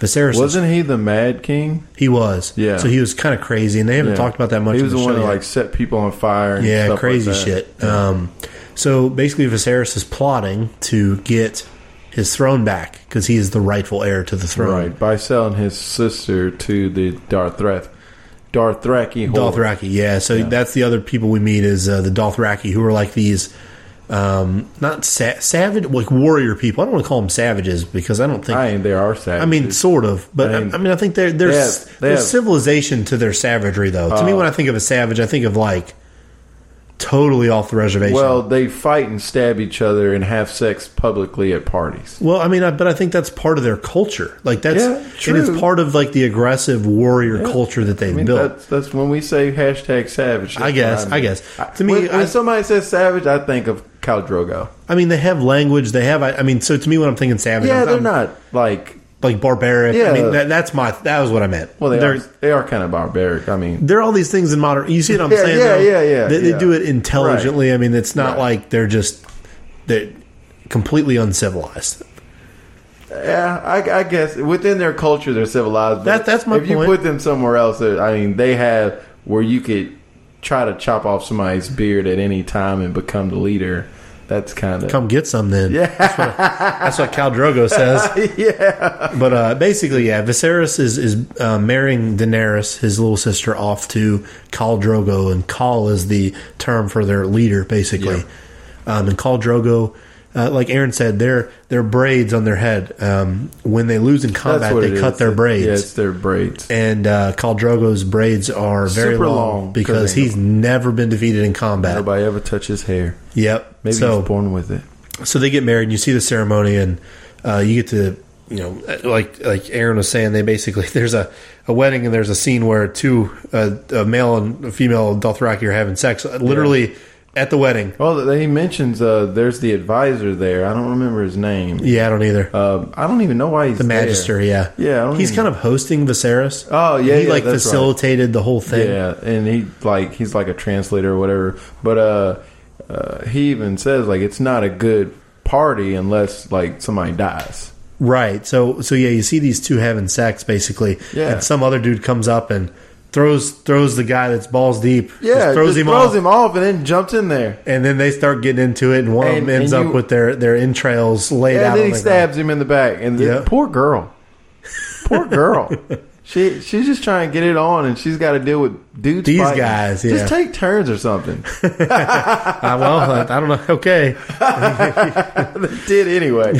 Speaker 1: Viserys was
Speaker 2: Wasn't he the Mad King?
Speaker 1: he was
Speaker 2: Yeah.
Speaker 1: So he was kind of crazy, and they haven't
Speaker 2: Yeah.
Speaker 1: talked about that much.
Speaker 2: He
Speaker 1: in
Speaker 2: was the,
Speaker 1: the
Speaker 2: one
Speaker 1: show
Speaker 2: that
Speaker 1: yet.
Speaker 2: like set people on fire. And
Speaker 1: Yeah,
Speaker 2: stuff
Speaker 1: crazy
Speaker 2: like that.
Speaker 1: shit. Um, so basically, Viserys is plotting to get his throne back because he is the rightful heir to the throne.
Speaker 2: Right, by selling his sister to the Darthrath, Darthraki. whore.
Speaker 1: Dothraki, yeah. So that's the other people we meet is uh, the Dothraki, who are like these, um, not sa- savage, like warrior people. I don't want to call them savages because I don't think.
Speaker 2: I
Speaker 1: I,
Speaker 2: mean, they are savage.
Speaker 1: mean, sort of, but I,
Speaker 2: I mean-
Speaker 1: I mean, I think they're, they're,
Speaker 2: They have-
Speaker 1: s-
Speaker 2: they
Speaker 1: there's
Speaker 2: have- Uh,
Speaker 1: civilization to their savagery, though. to me, when I think of a savage, I think of like totally off the reservation.
Speaker 2: well, they fight and stab each other and have sex publicly at parties.
Speaker 1: Well, I mean, I, but I think that's part of their culture. Like that's
Speaker 2: Yeah, true.
Speaker 1: and it's part of like the aggressive warrior culture that they've
Speaker 2: I mean,
Speaker 1: built.
Speaker 2: that's, that's when we say hashtag savage.
Speaker 1: I guess,
Speaker 2: that's what
Speaker 1: I guess. To me,
Speaker 2: when, when
Speaker 1: I-
Speaker 2: somebody says savage, I think of Khal Drogo.
Speaker 1: I mean, they have language. They have. I, I mean, so to me, when I'm thinking savage,
Speaker 2: Yeah,
Speaker 1: I'm,
Speaker 2: they're
Speaker 1: I'm
Speaker 2: not like.
Speaker 1: like barbaric. I
Speaker 2: Yeah.
Speaker 1: mean, that, that's my. That was what I meant.
Speaker 2: Well, they
Speaker 1: they're
Speaker 2: are. They are kind of barbaric. I mean,
Speaker 1: they're all these things in modern. You see what I'm
Speaker 2: Yeah,
Speaker 1: saying?
Speaker 2: yeah,
Speaker 1: though?
Speaker 2: yeah, yeah,
Speaker 1: They, they
Speaker 2: yeah.
Speaker 1: do it intelligently. I mean, it's not
Speaker 2: Right.
Speaker 1: like they're just they're completely uncivilized.
Speaker 2: yeah, I, I guess within their culture, they're civilized. but
Speaker 1: That- that's my
Speaker 2: If you
Speaker 1: point.
Speaker 2: put them somewhere else, uh, I mean, they have where you could try to chop off somebody's beard at any time and become the leader. That's kind of
Speaker 1: Come get some then. Yeah. That's what, that's what Cal Drogo says. but uh, basically, yeah, Viserys is is uh, marrying Daenerys, his little sister, off to Khal Drogo, and Khal is the term for their leader, basically. Um, and Khal Drogo, uh, like Aaron said, their their braids on their head. Um, when they lose in combat, they cut their braids.
Speaker 2: Yeah, it's their braids.
Speaker 1: And uh, Khal Drogo's braids are very
Speaker 2: Super
Speaker 1: long,
Speaker 2: long, 'cause
Speaker 1: because
Speaker 2: they-
Speaker 1: he's never been defeated in combat.
Speaker 2: Nobody ever touches hair.
Speaker 1: Yep.
Speaker 2: Maybe
Speaker 1: so,
Speaker 2: he's born with it.
Speaker 1: so they get married and you see the ceremony and uh, you get to you know uh, like like aaron was saying they basically there's a, a wedding and there's a scene where two uh, a male and a female dothraki are having sex uh, literally at the wedding
Speaker 2: Well, he mentions uh, there's the advisor there. I don't remember his name.
Speaker 1: yeah i don't either
Speaker 2: Uh, I don't even know why he's
Speaker 1: the magister yeah
Speaker 2: Yeah, I don't
Speaker 1: he's
Speaker 2: even-
Speaker 1: kind of hosting viserys
Speaker 2: Oh, yeah,
Speaker 1: he
Speaker 2: yeah,
Speaker 1: like
Speaker 2: that's right.
Speaker 1: facilitated the whole thing
Speaker 2: Yeah, and he like he's like a translator or whatever. But uh, uh, he even says like it's not a good party unless like somebody dies.
Speaker 1: Right. So so yeah, you see these two having sex basically,
Speaker 2: Yeah.
Speaker 1: and some other dude comes up and throws throws the guy that's balls deep.
Speaker 2: Yeah,
Speaker 1: just throws
Speaker 2: just
Speaker 1: him
Speaker 2: throws
Speaker 1: off.
Speaker 2: him off and then jumps in there.
Speaker 1: and then they start getting into it, and one of
Speaker 2: And-
Speaker 1: them ends
Speaker 2: and
Speaker 1: up
Speaker 2: you-
Speaker 1: with their their entrails laid out.
Speaker 2: and then
Speaker 1: on
Speaker 2: he
Speaker 1: the
Speaker 2: stabs him in the back. And the-
Speaker 1: Yeah.
Speaker 2: poor girl, poor girl. she she's just trying to get it on, and she's got to deal with dudes.
Speaker 1: These
Speaker 2: fighting.
Speaker 1: guys, yeah.
Speaker 2: Just take turns or something.
Speaker 1: ground. Ah, well, I don't know. Okay,
Speaker 2: Did anyway.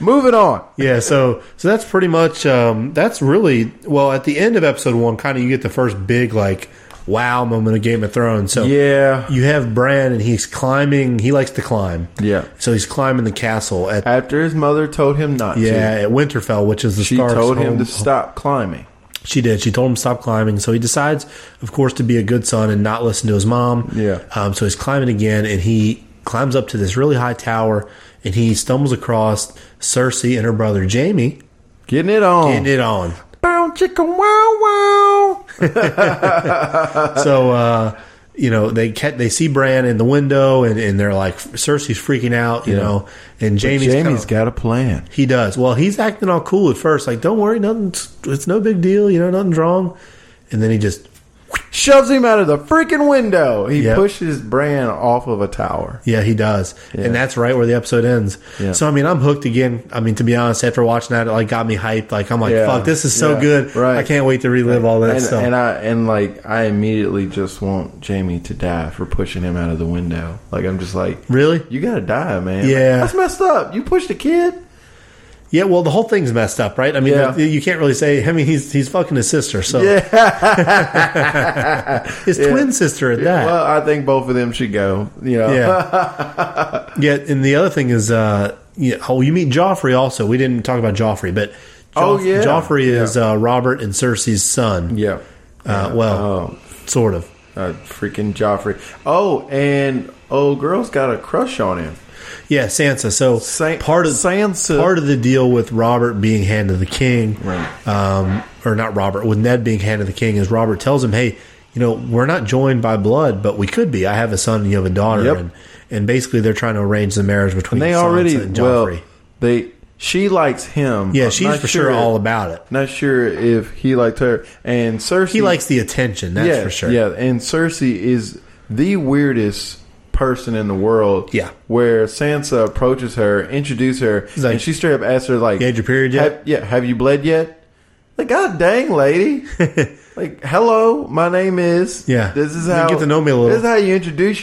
Speaker 2: Moving on.
Speaker 1: yeah. So so that's pretty much um, that's really well at the end of episode one. Kind of you get the first big like wow moment of Game of Thrones. So
Speaker 2: Yeah.
Speaker 1: you have Bran and he's climbing. He likes to climb.
Speaker 2: Yeah.
Speaker 1: So he's climbing the castle at
Speaker 2: After his mother told him not
Speaker 1: yeah
Speaker 2: to,
Speaker 1: at Winterfell, which is the
Speaker 2: she
Speaker 1: Stark's
Speaker 2: told him
Speaker 1: home-
Speaker 2: to stop climbing.
Speaker 1: She did. She told him to stop climbing. So he decides, of course, to be a good son and not listen to his mom.
Speaker 2: Yeah.
Speaker 1: Um, so he's climbing again, and he climbs up to this really high tower, and he stumbles across Cersei and her brother Jamie.
Speaker 2: Getting it on.
Speaker 1: And it on.
Speaker 2: Bow chicken wow wow.
Speaker 1: so uh, you know they ca- they see Bran in the window, and, and they're like, Cersei's freaking out, you know, and Jamie's,
Speaker 2: Jamie's
Speaker 1: kinda-
Speaker 2: got a plan.
Speaker 1: He does. Well, he's acting all cool at first, like, don't worry, nothing's, it's no big deal, you know, nothing's wrong. And then he just
Speaker 2: shoves him out of the freaking window. He
Speaker 1: Yep.
Speaker 2: pushes Bran off of a tower.
Speaker 1: Yeah, he does. And that's right where the episode ends.
Speaker 2: Yeah.
Speaker 1: So I mean, I'm hooked again. I mean, to be honest, after watching that, it like got me hyped. Like I'm like,
Speaker 2: Yeah.
Speaker 1: fuck, this is so
Speaker 2: Yeah.
Speaker 1: good.
Speaker 2: Right.
Speaker 1: I can't wait to relive all that
Speaker 2: and,
Speaker 1: stuff.
Speaker 2: and I and like I immediately just want Jamie to die for pushing him out of the window. Like I'm just like,
Speaker 1: really?
Speaker 2: you gotta die, man.
Speaker 1: Yeah.
Speaker 2: that's messed up. You pushed a kid.
Speaker 1: Yeah. Well, the whole thing's messed up, right? I mean,
Speaker 2: Yeah.
Speaker 1: you can't really say. I mean, he's he's fucking his sister. So
Speaker 2: Yeah.
Speaker 1: his twin sister at that.
Speaker 2: Well, I think both of them should go. You know.
Speaker 1: Yeah. yeah. And the other thing is, uh, yeah, oh, you meet Joffrey also. We didn't talk about Joffrey, but Joff-
Speaker 2: Oh, yeah.
Speaker 1: Joffrey is uh, Robert and Cersei's son.
Speaker 2: Yeah.
Speaker 1: Uh, well,
Speaker 2: Oh.
Speaker 1: sort of.
Speaker 2: Uh, freaking Joffrey. Oh, and old girl's got a crush on him.
Speaker 1: Yeah, Sansa. So
Speaker 2: San-
Speaker 1: part of
Speaker 2: Sansa.
Speaker 1: part of the deal with Robert being hand of the king,
Speaker 2: Right.
Speaker 1: um, or not Robert, with Ned being hand of the king, is Robert tells him, "Hey, you know, we're not joined by blood, but we could be. I have a son, and you have a daughter."
Speaker 2: Yep.
Speaker 1: And, and basically, they're trying to arrange the marriage between
Speaker 2: They
Speaker 1: Sansa
Speaker 2: already
Speaker 1: and
Speaker 2: well.
Speaker 1: Joffrey.
Speaker 2: They she likes him.
Speaker 1: yeah,
Speaker 2: I'm
Speaker 1: she's
Speaker 2: not
Speaker 1: for sure all about it.
Speaker 2: Not sure if he liked her. And Cersei.
Speaker 1: He likes the attention, that's
Speaker 2: yeah,
Speaker 1: for sure.
Speaker 2: Yeah, and Cersei is the weirdest person in the world.
Speaker 1: Yeah.
Speaker 2: Where Sansa approaches her, introduces her,
Speaker 1: like,
Speaker 2: and she straight up asks her, like,
Speaker 1: "You had your period yet?"
Speaker 2: "Have- yeah, have you bled yet? Like, god dang, lady. like, hello, my name is.
Speaker 1: Yeah.
Speaker 2: This is
Speaker 1: You
Speaker 2: how
Speaker 1: get to know me a little.
Speaker 2: This is how you introduce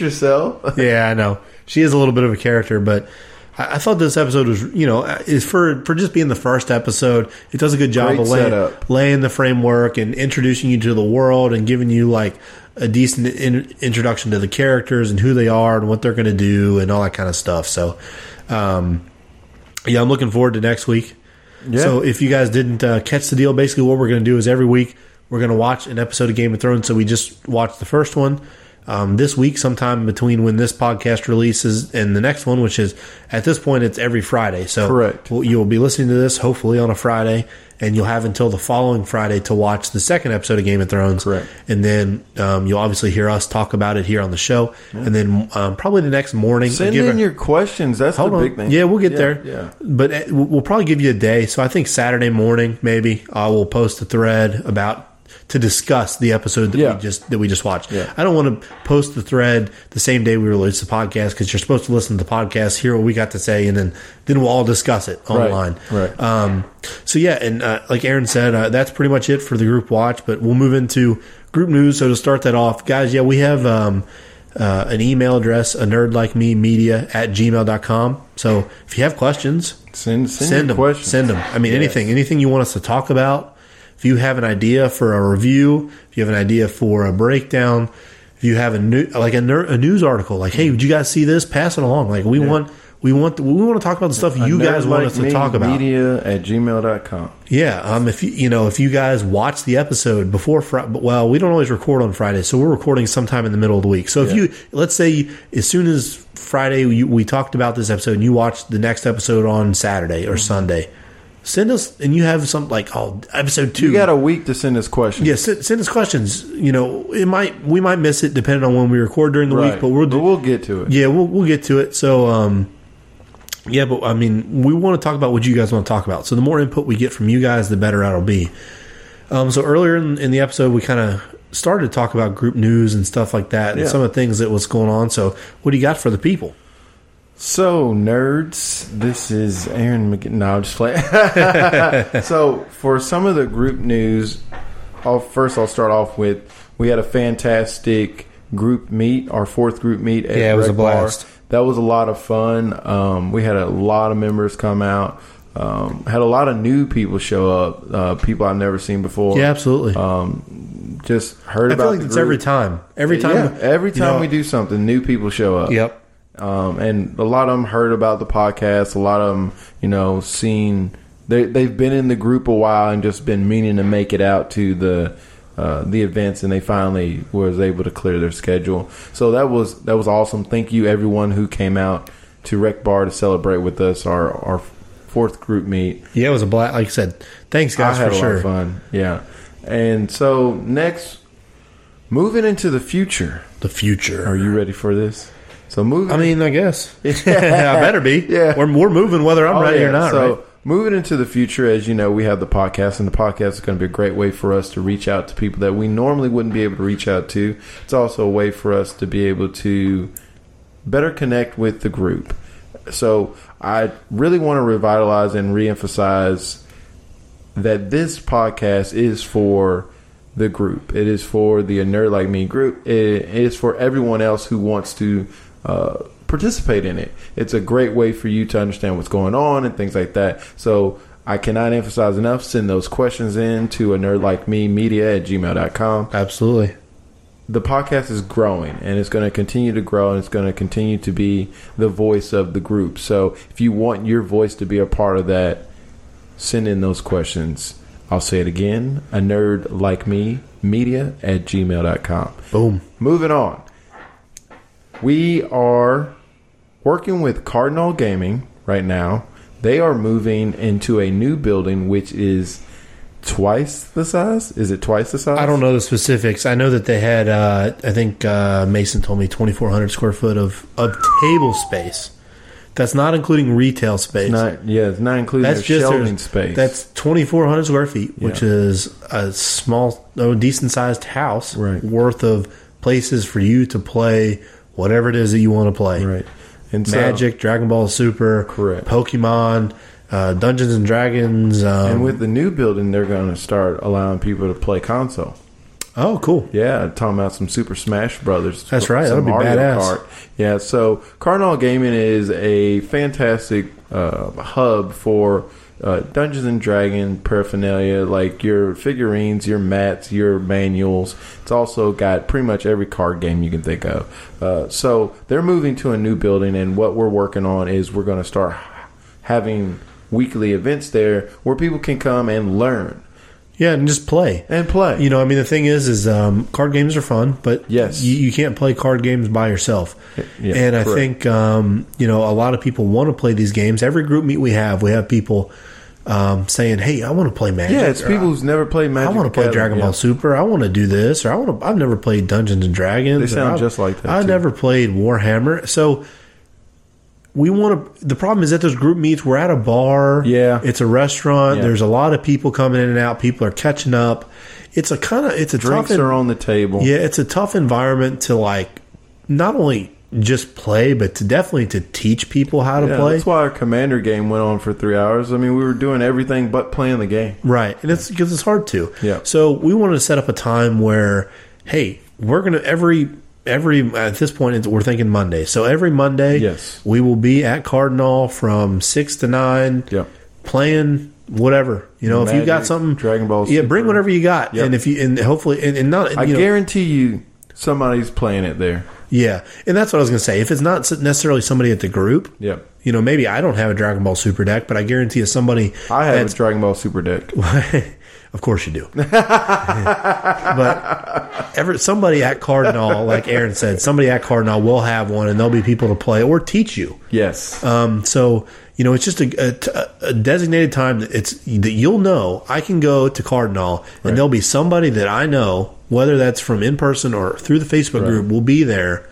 Speaker 2: yourself.
Speaker 1: yeah, I know. She is a little bit of a character, but I, I thought this episode was, you know, is for for just being the first episode. It does a good job
Speaker 2: Great
Speaker 1: of laying,
Speaker 2: setup.
Speaker 1: laying the framework and introducing you to the world and giving you like a decent in, introduction to the characters and who they are and what they're going to do and all that kind of stuff. So, um, yeah, I'm looking forward to next week. So if you guys didn't uh, catch the deal, basically what we're going to do is every week we're going to watch an episode of Game of Thrones. So we just watched the first one um, this week, sometime between when this podcast releases and the next one, which is at this point it's every Friday. So
Speaker 2: Correct.
Speaker 1: well, you'll be listening to this hopefully on a Friday, and you'll have until the following Friday to watch the second episode of Game of Thrones.
Speaker 2: Correct.
Speaker 1: And then um, you'll obviously hear us talk about it here on the show, and then um, probably the next morning
Speaker 2: Send
Speaker 1: give
Speaker 2: in
Speaker 1: a-
Speaker 2: your questions. That's
Speaker 1: Hold
Speaker 2: the
Speaker 1: on.
Speaker 2: big thing.
Speaker 1: Yeah, we'll get
Speaker 2: Yeah,
Speaker 1: there.
Speaker 2: Yeah.
Speaker 1: But uh, we'll we'll probably give you a day. So I think Saturday morning, maybe I will post a thread about to discuss the episode that
Speaker 2: Yeah.
Speaker 1: we just that we just watched.
Speaker 2: Yeah.
Speaker 1: I don't want to post the thread the same day we release the podcast because you're supposed to listen to the podcast, hear what we got to say, and then then we'll all discuss it online.
Speaker 2: right.
Speaker 1: Um, so yeah, and uh, like Aaron said, uh, that's pretty much it for the group watch. But we'll move into group news. So to start that off, guys, yeah, we have um, uh, an email address, a nerd like me media at gmail.com. So if you have questions,
Speaker 2: Send, send,
Speaker 1: send
Speaker 2: your
Speaker 1: them.
Speaker 2: questions.
Speaker 1: Send them. I mean, anything, anything you want us to talk about. If you have an idea for a review, if you have an idea for a breakdown, if you have a new like a, ner- a news article, like, hey, did you guys see this? Pass it along. Like we want. We want we want to talk about the stuff you guys want us to talk about.
Speaker 2: Media at gmail.com.
Speaker 1: Yeah, um, if you, you know if you guys watch the episode before Friday, well, we don't always record on Friday, so we're recording sometime in the middle of the week. So if you let's say as soon as Friday you, we talked about this episode, and you watch the next episode on Saturday
Speaker 2: Mm-hmm.
Speaker 1: or Sunday, send us and you have some like oh episode two.
Speaker 2: You got a week to send us questions.
Speaker 1: yeah, send, send us questions. You know, it might we might miss it depending on when we record during the week,
Speaker 2: Right.
Speaker 1: but we'll do,
Speaker 2: but we'll get to it.
Speaker 1: yeah, we'll we'll get to it. So, um, yeah, but I mean, we want to talk about what you guys want to talk about. So, the more input we get from you guys, the better it'll be. Um, so earlier in, in the episode, we kind of started to talk about group news and stuff like that, and
Speaker 2: Yeah.
Speaker 1: some of the things that was going on. So, what do you got for the people?
Speaker 2: So, nerds, this is Aaron McG- No, I'm just playing. so, for some of the group news, I'll, first I'll start off with we had a fantastic group meet, our fourth group meet. At
Speaker 1: Yeah, it was
Speaker 2: Rec
Speaker 1: a blast.
Speaker 2: Bar. That was a lot of fun. Um, we had a lot of members come out. Um, had a lot of new people show up, uh, people I've never seen before.
Speaker 1: Yeah, absolutely.
Speaker 2: Just heard
Speaker 1: I
Speaker 2: Uh, about
Speaker 1: feel like
Speaker 2: the
Speaker 1: it's
Speaker 2: group.
Speaker 1: every time. Every time.
Speaker 2: Yeah, every
Speaker 1: you
Speaker 2: time
Speaker 1: know,
Speaker 2: we do something, new people show up.
Speaker 1: Yep.
Speaker 2: um, and a lot of them heard about the podcast. A lot of them, you know, seen they they've been in the group a while and just been meaning to make it out to the uh, the events, and they finally was able to clear their schedule. So that was that was awesome. Thank you everyone who came out to Rec Bar to celebrate with us our our fourth group meet.
Speaker 1: Yeah, it was a blast. Like I said, thanks guys
Speaker 2: I
Speaker 1: for
Speaker 2: had a lot
Speaker 1: sure.
Speaker 2: of fun. Yeah, and so next, moving into the future.
Speaker 1: The
Speaker 2: Are
Speaker 1: future.
Speaker 2: you ready for this? So moving.
Speaker 1: I mean, I guess. I better be.
Speaker 2: Yeah.
Speaker 1: We're, we're moving whether I'm
Speaker 2: Oh,
Speaker 1: ready
Speaker 2: yeah.
Speaker 1: or not.
Speaker 2: So
Speaker 1: right?
Speaker 2: moving into the future, as you know, we have the podcast, and the podcast is going to be a great way for us to reach out to people that we normally wouldn't be able to reach out to. It's also a way for us to be able to better connect with the group. So I really want to revitalize and reemphasize that this podcast is for the group. It is for the nerd like me group. It is for everyone else who wants to uh, participate in it. It's a great way for you to understand what's going on and things like that. So I cannot emphasize enough. Send those questions in to a nerd like me media at gmail.com
Speaker 1: Absolutely.
Speaker 2: the podcast is growing and it's going to continue to grow and it's going to continue to be the voice of the group. So if you want your voice to be a part of that, send in those questions. I'll say it again a nerd like me, media at gmail.com.
Speaker 1: Boom.
Speaker 2: Moving on. We are working with Cardinal Gaming right now. They are moving into a new building, which is twice the size. Is it twice the size?
Speaker 1: I don't know the specifics. I know that they had. Uh, I think uh, Mason told me twenty four hundred square foot of of table space. That's not including retail space.
Speaker 2: Not yeah, it's not including
Speaker 1: that's
Speaker 2: that's
Speaker 1: just their-
Speaker 2: shelving space.
Speaker 1: That's twenty four hundred square feet, which
Speaker 2: Yeah.
Speaker 1: is a small, no, decent sized house
Speaker 2: Right.
Speaker 1: worth of places for you to play whatever it is that you want to play.
Speaker 2: right. And so-
Speaker 1: Magic, Dragon Ball Super,
Speaker 2: Correct.
Speaker 1: Pokemon, uh, Dungeons and Dragons. Um,
Speaker 2: and with the new building, they're going to start allowing people to play console.
Speaker 1: oh, cool.
Speaker 2: Yeah, talking about some Super Smash Brothers.
Speaker 1: That's right,
Speaker 2: Some
Speaker 1: that'll be badass.
Speaker 2: Yeah, so Cardinal Gaming is a fantastic uh, hub for uh, Dungeons and Dragon paraphernalia, like your figurines, your mats, your manuals. It's also got pretty much every card game you can think of. Uh, so they're moving to a new building, and what we're working on is we're going to start having weekly events there where people can come and learn
Speaker 1: Yeah, and just play.
Speaker 2: and play.
Speaker 1: You know, I mean, the thing is, is um, card games are fun, but
Speaker 2: Yes.
Speaker 1: you, you can't play card games by yourself.
Speaker 2: yeah,
Speaker 1: and I
Speaker 2: correct.
Speaker 1: think um, you know a lot of people want to play these games. Every group meet we have, we have people um, saying, "Hey, I want to play Magic."
Speaker 2: yeah, it's
Speaker 1: or,
Speaker 2: people who's never played
Speaker 1: I
Speaker 2: Magic.
Speaker 1: want to play
Speaker 2: Academy.
Speaker 1: Dragon
Speaker 2: Yeah.
Speaker 1: Ball Super. I want to do this, or I want to. I've never played Dungeons and Dragons.
Speaker 2: They
Speaker 1: or
Speaker 2: sound
Speaker 1: I've-
Speaker 2: just like that,
Speaker 1: I
Speaker 2: too.
Speaker 1: never played Warhammer, so we want to. The problem is that those group meets. We're at a bar.
Speaker 2: Yeah.
Speaker 1: it's a restaurant.
Speaker 2: Yeah.
Speaker 1: There's a lot of people coming in and out. People are catching up. It's a kind of. It's a
Speaker 2: drinks
Speaker 1: tough. en-
Speaker 2: are on the table.
Speaker 1: yeah, it's a tough environment to like, not only just play, but to definitely to teach people how to
Speaker 2: Yeah,
Speaker 1: play.
Speaker 2: that's why our commander game went on for three hours. I mean, we were doing everything but playing the game.
Speaker 1: Right. And it's because it's hard to.
Speaker 2: Yeah.
Speaker 1: So we want to set up a time where, hey, we're gonna every every at this point it's- we're thinking Monday. So every Monday,
Speaker 2: Yes.
Speaker 1: we will be at Cardinal from six to nine.
Speaker 2: Yep.
Speaker 1: Playing whatever you know. if you got
Speaker 2: Magic,
Speaker 1: something,
Speaker 2: Dragon Ball
Speaker 1: Yeah, bring
Speaker 2: Super.
Speaker 1: whatever you got,
Speaker 2: Yep.
Speaker 1: and if you and hopefully and, and not.
Speaker 2: I
Speaker 1: you know,
Speaker 2: guarantee you, somebody's playing it there.
Speaker 1: yeah, and that's what I was gonna say. If it's not necessarily somebody at the group,
Speaker 2: Yep.
Speaker 1: You know, maybe I don't have a Dragon Ball Super deck, but I guarantee you somebody
Speaker 2: I have
Speaker 1: that's-
Speaker 2: a Dragon Ball Super deck.
Speaker 1: of course you do. but ever somebody at Cardinal, like Aaron said, somebody at Cardinal will have one, and there'll be people to play or teach you.
Speaker 2: Yes.
Speaker 1: Um, so you know, it's just a, a, a designated time that it's that you'll know. I can go to Cardinal, and there'll be somebody that I know, whether that's from in person or through the Facebook group, will be there.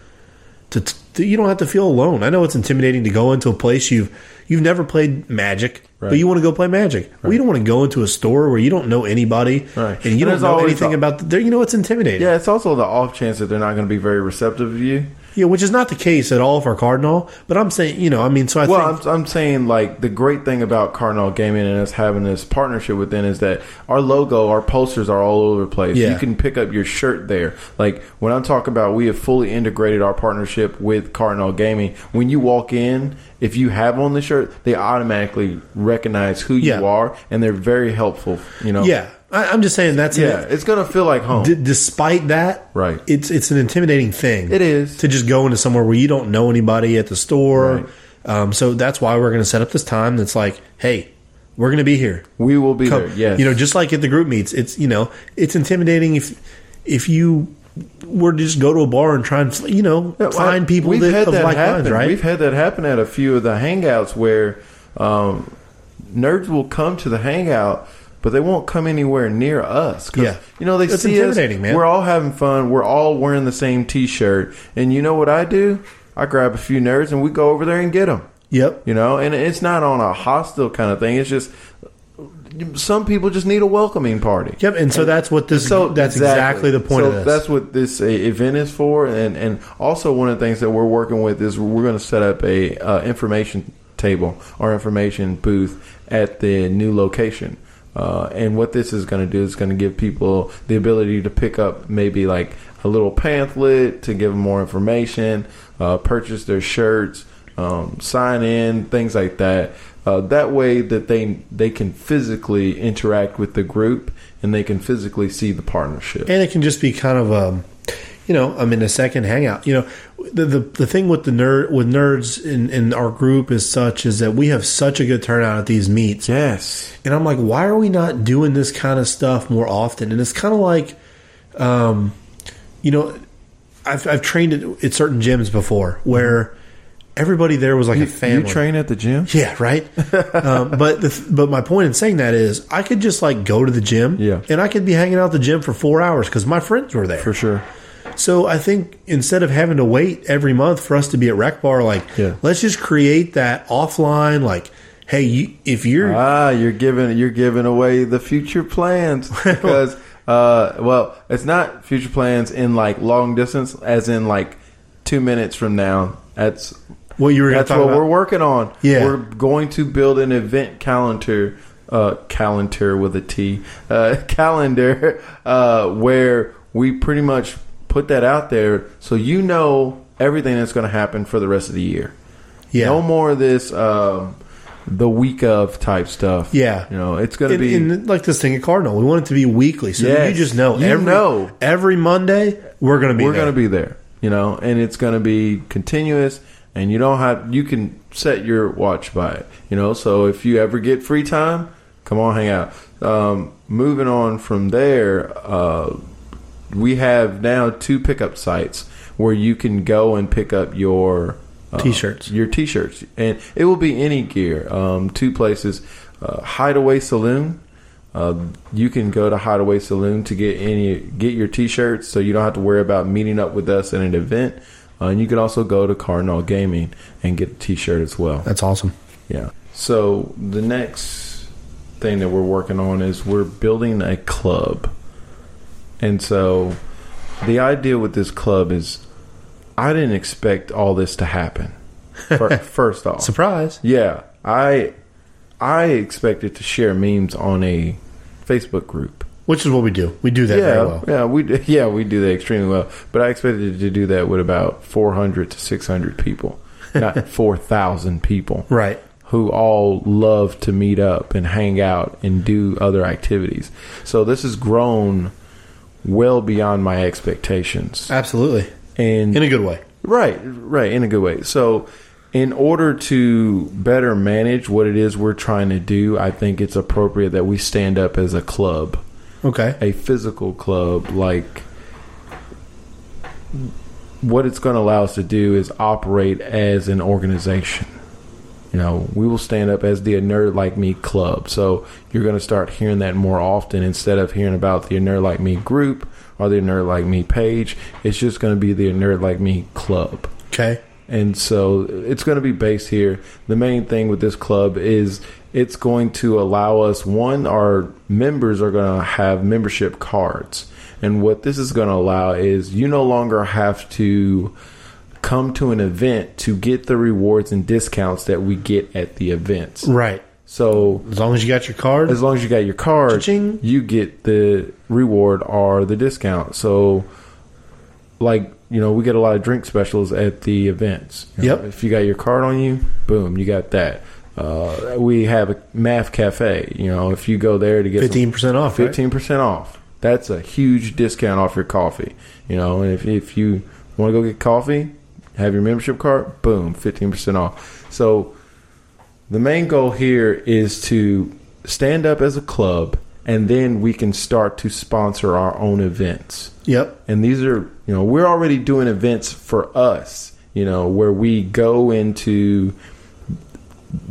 Speaker 1: To, to you don't have to feel alone. I know it's intimidating to go into a place you've you've never played Magic. But
Speaker 2: Right.
Speaker 1: you want to go play Magic. Well, you don't want to go into a store where you don't know anybody,
Speaker 2: Right.
Speaker 1: and you
Speaker 2: And
Speaker 1: don't
Speaker 2: there's
Speaker 1: know
Speaker 2: always
Speaker 1: anything
Speaker 2: the-
Speaker 1: about the, there. You know it's intimidating.
Speaker 2: yeah, it's also the off chance that they're not going to be very receptive to you.
Speaker 1: yeah, which is not the case at all for Cardinal. But I'm saying, you know, I mean, so I think
Speaker 2: Well, I'm, I'm saying like the great thing about Cardinal Gaming and us having this partnership within is that our logo, our posters are all over the place.
Speaker 1: Yeah.
Speaker 2: You can pick up your shirt there. Like when I'm talking about, we have fully integrated our partnership with Cardinal Gaming. When you walk in, if you have on the shirt, they automatically recognize who you
Speaker 1: Yeah.
Speaker 2: are, and they're very helpful. You know,
Speaker 1: yeah, I, I'm just saying that's
Speaker 2: yeah,
Speaker 1: an,
Speaker 2: it's gonna feel like home.
Speaker 1: D- despite that,
Speaker 2: Oh. Right.
Speaker 1: It's it's an intimidating thing.
Speaker 2: It is.
Speaker 1: to just go into somewhere where you don't know anybody at the store.
Speaker 2: Right.
Speaker 1: Um, so that's why we're going to set up this time. That's like, hey, we're going to be here.
Speaker 2: we will be there. Yes,
Speaker 1: You know, just like at the group meets, it's you know, it's intimidating if if you were to just go to a bar and try and you know
Speaker 2: Yeah, well,
Speaker 1: find people
Speaker 2: we've
Speaker 1: that,
Speaker 2: had
Speaker 1: of
Speaker 2: that
Speaker 1: like minds,
Speaker 2: happen.
Speaker 1: right?
Speaker 2: We've had that happen at a few of the hangouts where um, nerds will come to the hangout, but they won't come anywhere near us. 'Cause,
Speaker 1: Yeah.
Speaker 2: you know they
Speaker 1: It's
Speaker 2: see us.
Speaker 1: intimidating, man.
Speaker 2: We're all having fun. We're all wearing the same T-shirt, and you know what I do? I grab a few nerds and we go over there and get them.
Speaker 1: Yep.
Speaker 2: you know and it's not on a hostile kind of thing it's just some people just need a welcoming party
Speaker 1: Yep. And so that's what this.
Speaker 2: so
Speaker 1: that's exactly, the point
Speaker 2: So
Speaker 1: of this.
Speaker 2: that's what this uh, event is for and and also one of the things that we're working with is we're going to set up a uh, information table or information booth at the new location uh, and what this is going to do is going to give people the ability to pick up maybe like a little pamphlet to give them more information uh, purchase their shirts um, sign in, things like that. Uh, that way that they they can physically interact with the group and they can physically see the partnership.
Speaker 1: and it can just be kind of um you know i'm in a second hangout you know the the, the thing with the nerd with nerds in, in our group is such is that we have such a good turnout at these meets
Speaker 2: yes,
Speaker 1: and i'm like why are we not doing this kind of stuff more often and it's kind of like um you know i've, I've trained at, at certain gyms before where everybody there was like a
Speaker 2: you
Speaker 1: family
Speaker 2: train at the gym.
Speaker 1: yeah, right. um, but the, th- but my point in saying that is, I could just like go to the gym,
Speaker 2: Yeah.
Speaker 1: and I could be hanging out at the gym for four hours because my friends were there.
Speaker 2: For sure.
Speaker 1: So I think instead of having to wait every month for us to be at Rec Bar, like
Speaker 2: Yeah.
Speaker 1: let's just create that offline. Like, hey, you, if you're
Speaker 2: Ah, you're giving you're giving away the future plans because uh, well, it's not future plans in like long distance, as in like two minutes from now. That's
Speaker 1: what you were going to
Speaker 2: That's
Speaker 1: talk
Speaker 2: what we're
Speaker 1: about,
Speaker 2: working on.
Speaker 1: Yeah.
Speaker 2: We're going to build an event calendar, uh, calendar with a T, uh, calendar, uh, where we pretty much put that out there so you know everything that's going to happen for the rest of the year.
Speaker 1: yeah,
Speaker 2: No more of this, um, the week of type stuff.
Speaker 1: Yeah.
Speaker 2: You know, it's going to
Speaker 1: And-
Speaker 2: be.
Speaker 1: and like this thing at Cardinal, we want it to be weekly, so that
Speaker 2: Yes.
Speaker 1: you just know
Speaker 2: You
Speaker 1: every
Speaker 2: know.
Speaker 1: every Monday we're going to be
Speaker 2: we're
Speaker 1: there.
Speaker 2: going to be there you know and it's going to be continuous and you don't have you can set your watch by it you know so if you ever get free time come on hang out um, moving on from there uh, we have now two pickup sites where you can go and pick up your uh,
Speaker 1: T-shirts.
Speaker 2: your t-shirts and it will be any gear um, two places uh, hideaway saloon uh, you can go to hideaway saloon to get any get your t-shirts so you don't have to worry about meeting up with us at an event uh, and you can also go to cardinal gaming and get a t-shirt as well
Speaker 1: That's awesome.
Speaker 2: yeah so the next thing that we're working on is we're building a club and so the idea with this club is i didn't expect all this to happen fir- first off
Speaker 1: Surprise.
Speaker 2: yeah, I I expected to share memes on a Facebook group.
Speaker 1: Which is what we do. We do that
Speaker 2: yeah,
Speaker 1: very well.
Speaker 2: yeah, we do- yeah we do that extremely well. But I expected to do that with about four hundred to six hundred people, not four thousand people,
Speaker 1: Right.
Speaker 2: Who all love to meet up and hang out and do other activities. So this has grown well beyond my expectations,
Speaker 1: Absolutely.
Speaker 2: and
Speaker 1: Uh, In a good way.
Speaker 2: Right, right, in a good way. So, in order to better manage what it is we're trying to do, I think it's appropriate that we stand up as a club,
Speaker 1: Okay.
Speaker 2: a physical club. Like, what it's going to allow us to do is operate as an organization. You know, we will stand up as the A Nerd Like Me club. So, you're going to start hearing that more often instead of hearing about the A Nerd Like Me group or the A Nerd Like Me page. It's just going to be the A Nerd Like Me club
Speaker 1: Okay.
Speaker 2: and so it's going to be based here. The main thing with this club is it's going to allow us one, our members are going to have membership cards, and what this is going to allow is you no longer have to come to an event to get the rewards and discounts that we get at the events.
Speaker 1: Right.
Speaker 2: So
Speaker 1: As long as you got your card.
Speaker 2: as long as you got your card,
Speaker 1: Cha-ching.
Speaker 2: you get the reward or the discount. So, like you know, we get a lot of drink specials at the events. You know,
Speaker 1: Yep.
Speaker 2: if you got your card on you, boom, you got that. Uh, we have a math cafe. You know, if you go there to get some-
Speaker 1: 15% off. right?
Speaker 2: fifteen percent off. That's a huge discount off your coffee. You know, and if if you want to go get coffee, have your membership card, boom, fifteen percent off. So the main goal here is to stand up as a club, and then we can start to sponsor our own events.
Speaker 1: Yep.
Speaker 2: And these are, you know, we're already doing events for us, you know, where we go into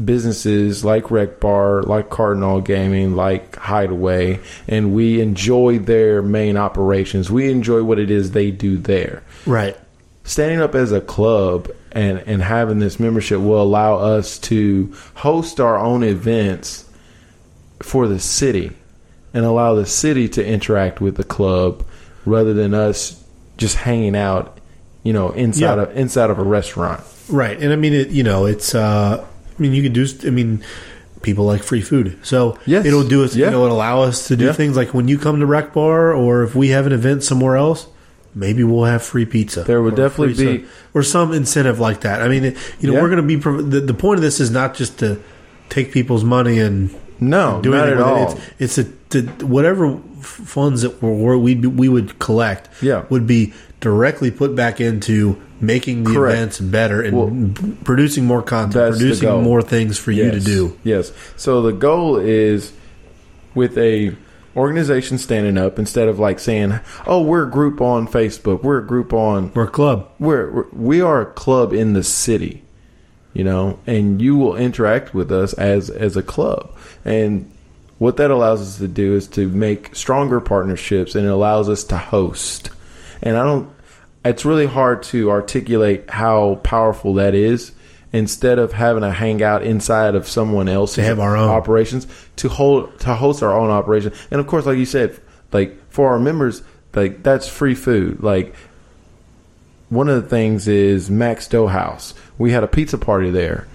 Speaker 2: businesses like Rec Bar, like Cardinal Gaming, like Hideaway, and we enjoy their main operations. We enjoy what it is they do there.
Speaker 1: Right.
Speaker 2: standing up as a club and and having this membership will allow us to host our own events for the city and allow the city to interact with the club rather than us just hanging out, you know, inside
Speaker 1: Yeah.
Speaker 2: of inside of a restaurant.
Speaker 1: Right, and I mean it. You know, it's. Uh, I mean, you could do. I mean, people like free food, so
Speaker 2: Yes.
Speaker 1: it'll do us.
Speaker 2: Yeah.
Speaker 1: You know, it'll allow us to do
Speaker 2: Yeah.
Speaker 1: things like when you come to Rec Bar, or if we have an event somewhere else, maybe we'll have free pizza.
Speaker 2: There would
Speaker 1: or
Speaker 2: definitely
Speaker 1: free
Speaker 2: be-
Speaker 1: so- or some incentive like that. I mean, it- you know,
Speaker 2: Yeah.
Speaker 1: we're going to be. prov- The, the point of this is not just to take people's money and
Speaker 2: No,
Speaker 1: do
Speaker 2: Oh, not
Speaker 1: anything
Speaker 2: at
Speaker 1: with it.
Speaker 2: all.
Speaker 1: It's, it's a, to, whatever f- funds that were we we would collect
Speaker 2: Yeah.
Speaker 1: would be directly put back into making the
Speaker 2: Correct.
Speaker 1: events better and
Speaker 2: Well,
Speaker 1: p- producing more content,
Speaker 2: that's the goal.
Speaker 1: producing more things for you to
Speaker 2: Yes.
Speaker 1: do.
Speaker 2: Yes. So the goal is with a organization standing up instead of like saying, "Oh, we're a group on Facebook. We're a group on
Speaker 1: We're a club.
Speaker 2: we're we're- we are a club in the city." You know, and you will interact with us as as a club. And what that allows us to do is to make stronger partnerships and it allows us to host. And I don't it's really hard to articulate how powerful that is instead of having to hang out inside of someone else to
Speaker 1: have our own.
Speaker 2: operations to hold to host our own operation and of course like you said like for our members like that's free food like one of the things is max dough house we had a pizza party there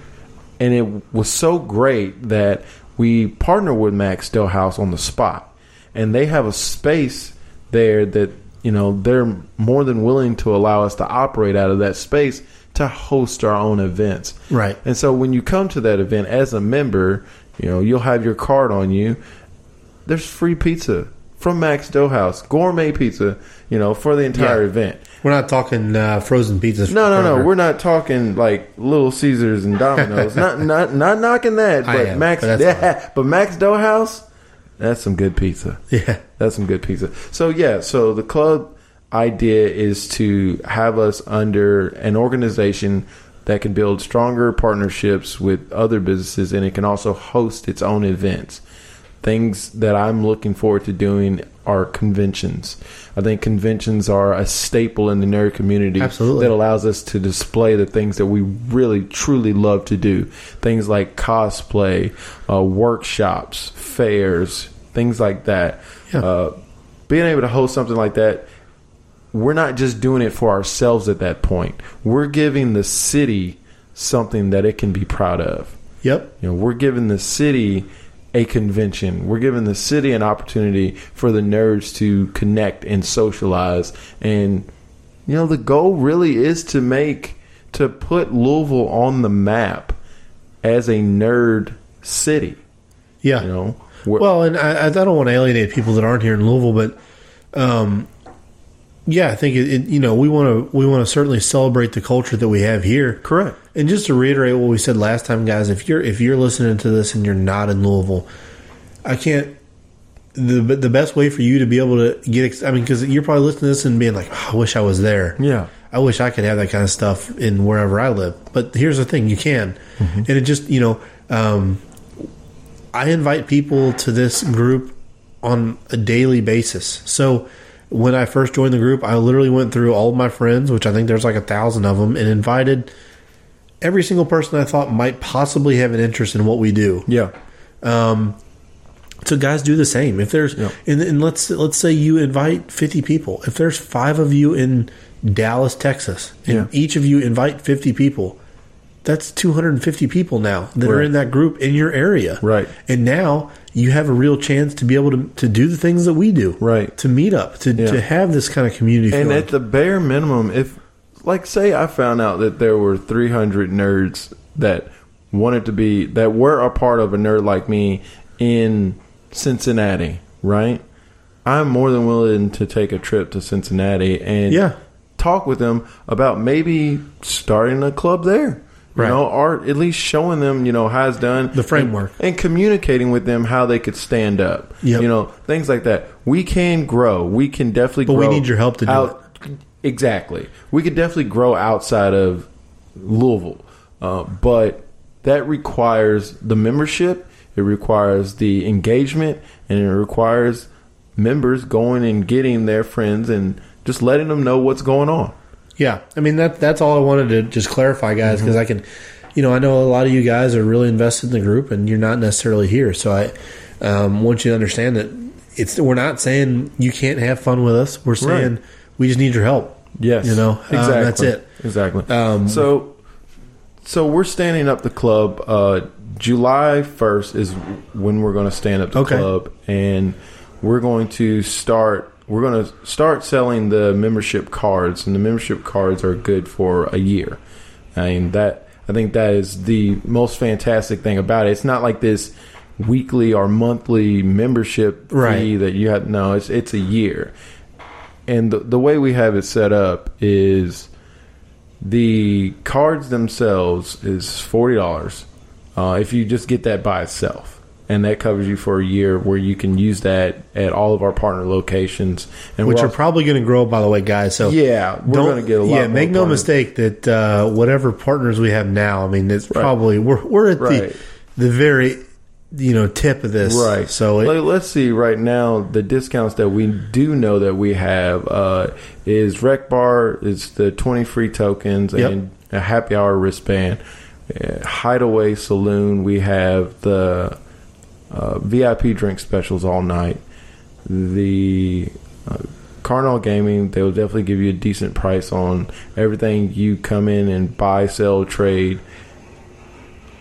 Speaker 2: and it was so great that we partnered with max dough house on the spot and they have a space there that you know they're more than willing to allow us to operate out of that space to host our own events
Speaker 1: Right.
Speaker 2: and so when you come to that event as a member, you know, you'll have your card on you. There's free pizza from Max Dough House, gourmet pizza, you know, for the entire
Speaker 1: Yeah.
Speaker 2: event.
Speaker 1: We're not talking uh, frozen pizzas.
Speaker 2: No, no, no.
Speaker 1: forever.
Speaker 2: We're not talking like Little Caesars and Domino's. not not not knocking that,
Speaker 1: I
Speaker 2: but
Speaker 1: am,
Speaker 2: Max
Speaker 1: but that's
Speaker 2: yeah, but Max Dough House, that's some good pizza.
Speaker 1: yeah.
Speaker 2: That's some good pizza. So yeah, so the club idea is to have us under an organization that can build stronger partnerships with other businesses and it can also host its own events. Things that I'm looking forward to doing are conventions. I think conventions are a staple in the nerd community
Speaker 1: Absolutely.
Speaker 2: that allows us to display the things that we really truly love to do. Things like cosplay, uh, workshops, fairs, things like that.
Speaker 1: Yeah.
Speaker 2: Uh, being able to host something like that, we're not just doing it for ourselves at that point. We're giving the city something that it can be proud of.
Speaker 1: Yep.
Speaker 2: You know, we're giving the city a convention. We're giving the city an opportunity for the nerds to connect and socialize. And you know, the goal really is to make to put Louisville on the map as a nerd city.
Speaker 1: Yeah.
Speaker 2: You know, We're-
Speaker 1: Well, and I, I don't want to alienate people that aren't here in Louisville, but um, yeah, I think it, it, you know we want to we want to certainly celebrate the culture that we have here.
Speaker 2: Correct.
Speaker 1: And just to reiterate what we said last time, guys, if you're if you're listening to this and you're not in Louisville, I can't. The but the best way for you to be able to get ex- I mean because you're probably listening to this and being like "Oh, I wish I was there
Speaker 2: Yeah.
Speaker 1: I wish I could have that kind of stuff in wherever I live but here's the thing you can and it just you know um, I invite people to this group on a daily basis. So when I first joined the group, I literally went through all of my friends, which I think there's like a thousand of them, and invited every single person I thought might possibly have an interest in what we do.
Speaker 2: yeah.
Speaker 1: So guys, do the same. If there's
Speaker 2: Yeah.
Speaker 1: and, and let's let's say you invite 50 people. If there's five of you in Dallas, Texas, and
Speaker 2: Yeah.
Speaker 1: each of you invite 50 people, that's 250 people now that are
Speaker 2: Right.
Speaker 1: in that group in your area.
Speaker 2: Right.
Speaker 1: And now you have a real chance to be able to, to do the things that we do.
Speaker 2: Right.
Speaker 1: To meet up, to,
Speaker 2: Yeah.
Speaker 1: to have this kind of community.
Speaker 2: And
Speaker 1: feeling.
Speaker 2: at the bare minimum, if like say I found out that there were 300 nerds that wanted to be that were a part of a nerd like me in Cincinnati, right? I'm more than willing to take a trip to Cincinnati and
Speaker 1: Yeah.
Speaker 2: talk with them about maybe starting a club there. You
Speaker 1: Right.
Speaker 2: know, or at least showing them, you know, how it's done.
Speaker 1: The framework.
Speaker 2: And, and communicating with them how they could stand up.
Speaker 1: Yep.
Speaker 2: You know, things like that. We can grow. We can definitely
Speaker 1: But we
Speaker 2: grow
Speaker 1: need your help to do
Speaker 2: Exactly. We could definitely grow outside of Louisville, uh, but that requires the membership, it requires the engagement, and it requires members going and getting their friends and just letting them know what's going on.
Speaker 1: Yeah, I mean that that's all I wanted to just clarify, guys,
Speaker 2: Mm-hmm.
Speaker 1: because I can, you know, I know a lot of you guys are really invested in the group, and you're not necessarily here. So I um, want you to understand that it's we're not saying you can't have fun with us. We're saying we just need your help.
Speaker 2: Yes,
Speaker 1: you know, Um, that's it.
Speaker 2: Exactly.
Speaker 1: Um,
Speaker 2: so, so we're standing up the club. Uh, July first is when we're going to stand up the
Speaker 1: Okay.
Speaker 2: club, and we're going to start. We're going to start selling the membership cards, and the membership cards are good for a year. I mean that. I think that is the most fantastic thing about it. It's not like this weekly or monthly membership fee
Speaker 1: Right.
Speaker 2: that you have. No, it's it's a year, and the, the way we have it set up is the cards themselves is forty dollars uh, if you just get that by itself, and that covers you for a year, where you can use that at all of our partner locations, and
Speaker 1: which
Speaker 2: we're
Speaker 1: are
Speaker 2: also-
Speaker 1: probably going to grow, by the way, guys. So
Speaker 2: yeah, we're
Speaker 1: Don't-
Speaker 2: going to get a lot.
Speaker 1: Yeah,
Speaker 2: more
Speaker 1: make no
Speaker 2: partners.
Speaker 1: mistake that uh, whatever partners we have now, I mean, it's probably we're we're at
Speaker 2: Right.
Speaker 1: the the very you know tip of this,
Speaker 2: Right.
Speaker 1: So it,
Speaker 2: Let, us see right now the discounts that we do know that we have uh, is Rec Bar is the 20 free tokens
Speaker 1: Yep.
Speaker 2: and a happy hour wristband. Uh, Hideaway Saloon we have the uh, VIP drink specials all night. The uh, Carnal Gaming they will definitely give you a decent price on everything you come in and buy, sell, trade.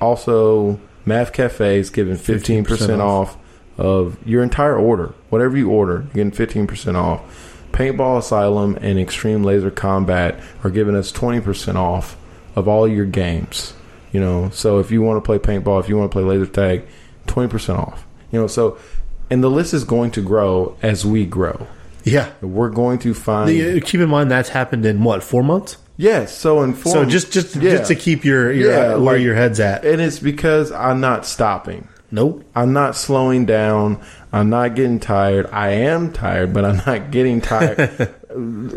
Speaker 2: Also, Math Cafe is giving 15%
Speaker 1: 15%
Speaker 2: off of your entire order. Whatever you order, you're getting 15% off. Paintball Asylum and Extreme Laser Combat are giving us 20% off of all your games. You know, so if you want to play paintball, if you want to play laser tag, 20% off. You know, so and the list is going to grow as we grow.
Speaker 1: yeah.
Speaker 2: We're going to find
Speaker 1: The- uh, keep in mind that's happened in what four months.
Speaker 2: Yes, so inform
Speaker 1: So just just
Speaker 2: Yeah.
Speaker 1: just to keep your, your
Speaker 2: Yeah,
Speaker 1: where
Speaker 2: like-
Speaker 1: your head's at.
Speaker 2: and it's because I'm not stopping.
Speaker 1: Nope.
Speaker 2: I'm not slowing down. I'm not getting tired. I am tired, but I'm not getting tired.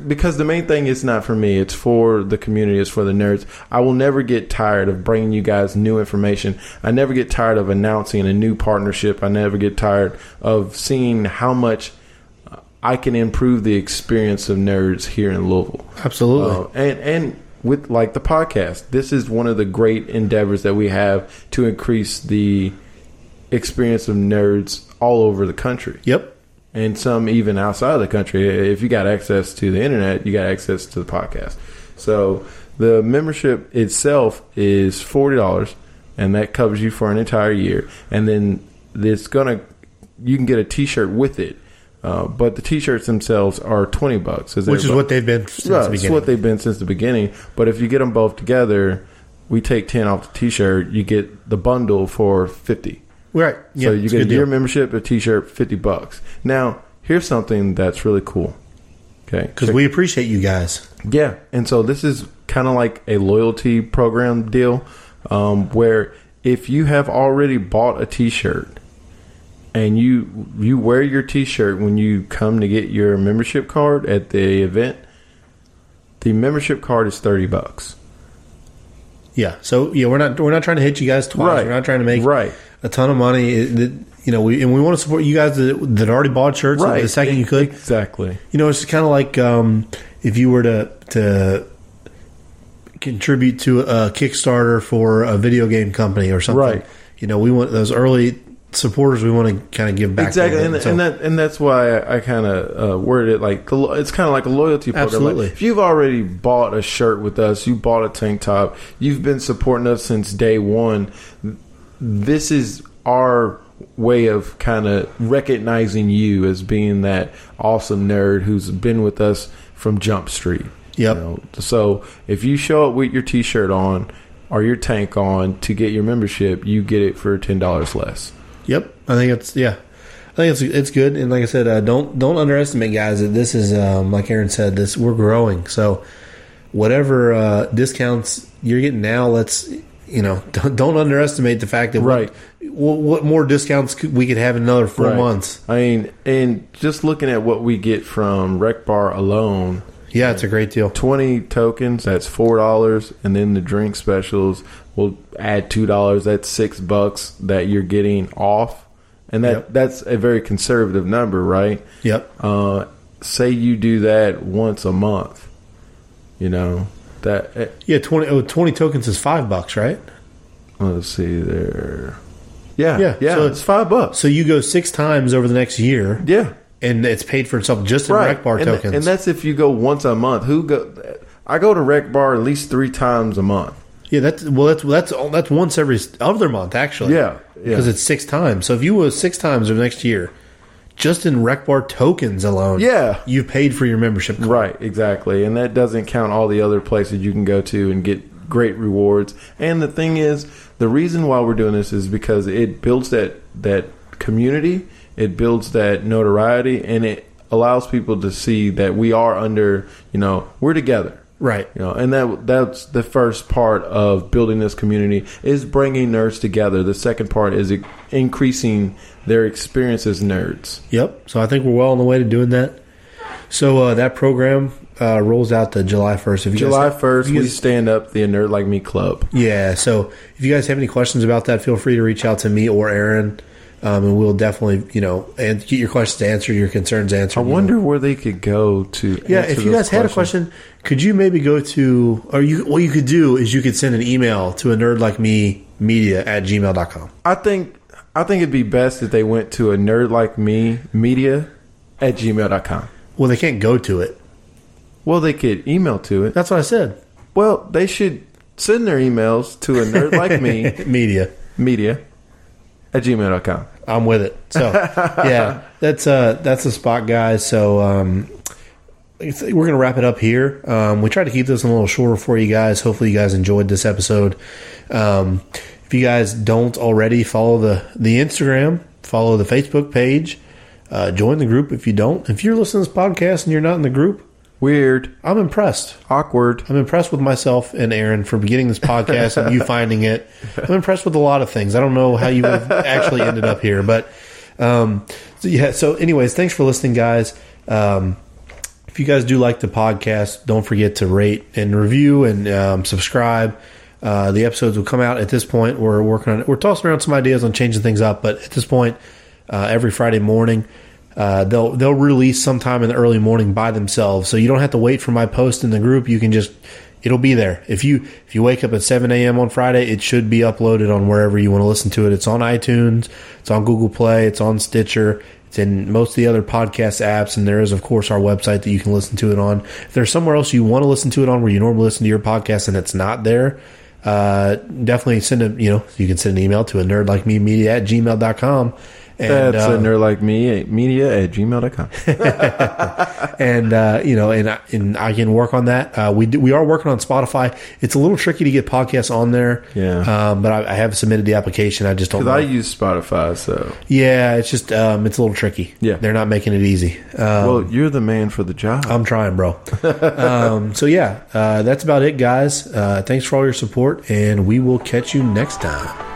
Speaker 2: because the main thing is not for me, it's for the community, it's for the nerds. I will never get tired of bringing you guys new information. I never get tired of announcing a new partnership. I never get tired of seeing how much I can improve the experience of nerds here in Louisville.
Speaker 1: Absolutely.
Speaker 2: Uh, and and with like the podcast, this is one of the great endeavors that we have to increase the experience of nerds all over the country.
Speaker 1: yep.
Speaker 2: And some even outside of the country. If you got access to the internet, you got access to the podcast. So the membership itself is forty dollars, and that covers you for an entire year. And then it's gonna you can get a T-shirt with it, uh, but the T-shirts themselves are twenty bucks,
Speaker 1: Which is what they've been since
Speaker 2: yeah,
Speaker 1: the
Speaker 2: it's
Speaker 1: beginning.
Speaker 2: what they've been since the beginning. But if you get them both together, we take ten off the T-shirt. You get the bundle for fifty.
Speaker 1: right. Yeah.
Speaker 2: so you
Speaker 1: it's a
Speaker 2: get
Speaker 1: good deal.
Speaker 2: your membership, a T-shirt, fifty bucks. Now here's something that's really cool. Okay,
Speaker 1: because we appreciate you guys.
Speaker 2: yeah, and so this is kind of like a loyalty program deal, um, where if you have already bought a T-shirt and you you wear your T-shirt when you come to get your membership card at the event, the membership card is thirty bucks.
Speaker 1: Yeah. So yeah, we're not we're not trying to hit you guys twice.
Speaker 2: Right.
Speaker 1: We're not trying to make
Speaker 2: Right.
Speaker 1: a ton of money. It- that- you know, we and we want to support you guys that, that already bought shirts
Speaker 2: Right.
Speaker 1: the second you could.
Speaker 2: Exactly.
Speaker 1: You know, it's kind of like um, if you were to to contribute to a Kickstarter for a video game company or something.
Speaker 2: Right.
Speaker 1: You know, we want those early supporters. We want to kind of give back. to
Speaker 2: Exactly,
Speaker 1: them.
Speaker 2: and,
Speaker 1: So-
Speaker 2: and that and that's why I, I kind of uh, worded it like the lo- it's kind of like a loyalty program. Like,
Speaker 1: Absolutely.
Speaker 2: if you've already bought a shirt with us, you bought a tank top, you've been supporting us since day one. This is our way of kind of recognizing you as being that awesome nerd who's been with us from Jump Street.
Speaker 1: Yep.
Speaker 2: You know, So if you show up with your T-shirt on or your tank on to get your membership, you get it for ten dollars less.
Speaker 1: Yep, I think it's yeah, I think it's it's good. And like I said, uh, don't don't underestimate guys. That this is um, like Aaron said, this we're growing. So whatever uh, discounts you're getting now, let's you know don't, don't underestimate the fact that what-
Speaker 2: Right.
Speaker 1: What, what more discounts could, we could have in another four
Speaker 2: Right.
Speaker 1: months?
Speaker 2: I mean, and just looking at what we get from Rec Bar alone,
Speaker 1: Yeah, it's a great deal.
Speaker 2: 20 tokens, that's $4, and then the drink specials will add $2, that's 6 bucks that you're getting off. And that
Speaker 1: Yep.
Speaker 2: that's a very conservative number, right?
Speaker 1: Yep,
Speaker 2: Uh, say you do that once a month.
Speaker 4: You know that. eh,
Speaker 1: Yeah, 20, oh, 20 tokens is five bucks, right?
Speaker 4: Let's see there.
Speaker 2: Yeah,
Speaker 1: Yeah,
Speaker 2: yeah,
Speaker 1: so
Speaker 2: it's five bucks.
Speaker 1: So you go six times over the next year,
Speaker 2: Yeah,
Speaker 1: and it's paid for itself just in rec bar
Speaker 2: and,
Speaker 1: tokens.
Speaker 2: and that's if you go once a month. Who go? I go to rec bar at least three times a month.
Speaker 1: yeah, that's well, that's that's all, that's once every other month actually.
Speaker 2: Yeah, yeah.
Speaker 1: because it's six times. So if you go six times over the next year, just in rec bar tokens alone,
Speaker 2: Yeah.
Speaker 1: you paid for your membership. card.
Speaker 2: Right, exactly. And that doesn't count all the other places you can go to and get great rewards. And the thing is, the reason why we're doing this is because it builds that that community, it builds that notoriety and it allows people to see that we are under, you know, we're together.
Speaker 1: Right.
Speaker 2: You know, and that that's the first part of building this community is bringing nerds together. The second part is increasing their experience as nerds.
Speaker 1: Yep. So I think we're well on the way to doing that. So uh, that program uh, rolls out to July first. If you guys-
Speaker 2: July 1st,
Speaker 1: if you
Speaker 2: we
Speaker 1: guys-
Speaker 2: stand up the Nerd Like Me Club.
Speaker 1: Yeah. So if you guys have any questions about that, feel free to reach out to me or Aaron, um, and we'll definitely, you know, and get your questions answered, your concerns answered.
Speaker 2: I wonder where they could go to.
Speaker 1: Yeah.
Speaker 2: answer
Speaker 1: If you
Speaker 2: those
Speaker 1: guys had a
Speaker 2: questions.
Speaker 1: question, could you maybe go to, or you, what you could do is you could send an email to a nerd like me media at gmail.com.
Speaker 2: I think I think it'd be best if they went to a nerd like me media at gmail.com.
Speaker 1: Well, they can't go to it.
Speaker 2: Well, they could email to it.
Speaker 1: That's what I said.
Speaker 2: Well, they should send their emails to a nerd like me
Speaker 1: media.
Speaker 2: media at gmail.com.
Speaker 1: I'm with it. So yeah, that's uh that's the spot, guys. So um, it's- we're gonna wrap it up here. Um, we tried to keep this a little shorter for you guys. Hopefully, you guys enjoyed this episode. Um, if you guys don't already, follow the the Instagram, follow the Facebook page, uh, join the group if you don't. If you're listening to this podcast and you're not in the group,
Speaker 2: Weird,
Speaker 1: I'm impressed.
Speaker 2: awkward.
Speaker 1: I'm impressed with myself and Aaron for beginning this podcast and you finding it. I'm impressed with a lot of things. I don't know how you would have actually ended up here, but um, so yeah. So, anyways, thanks for listening, guys. Um, if you guys do like the podcast, don't forget to rate and review and um, subscribe. Uh, the episodes will come out at this point. We're working on it. We're tossing around some ideas on changing things up, but at this point, uh, every Friday morning, uh, they'll they'll release sometime in the early morning by themselves. So you don't have to wait for my post in the group. You can just it'll be there. If you if you wake up at seven a.m. on Friday, it should be uploaded on wherever you want to listen to it. It's on iTunes, it's on Google Play, it's on Stitcher. It's in most of the other podcast apps, and there is, of course, our website that you can listen to it on. If there's somewhere else you want to listen to it on where you normally listen to your podcast and it's not there, uh, definitely send a you know you can send an email to a nerd like me media at gmail.com. And,
Speaker 2: That's a
Speaker 1: uh,
Speaker 2: nerd like me media at gmail.com.
Speaker 1: and uh, you know, and I- and I can work on that. Uh, we do, we are working on Spotify. It's a little tricky to get podcasts on there.
Speaker 2: Yeah.
Speaker 1: um, but I, I have submitted the application. I just don't.
Speaker 2: Because
Speaker 1: Know.
Speaker 2: I use Spotify, so.
Speaker 1: yeah, it's just um, it's a little tricky.
Speaker 2: Yeah.
Speaker 1: they're not making it easy. Um,
Speaker 2: well, you're the man for the job.
Speaker 1: I'm trying, bro. um, so yeah, uh, that's about it, guys. Uh, thanks for all your support, and we will catch you next time.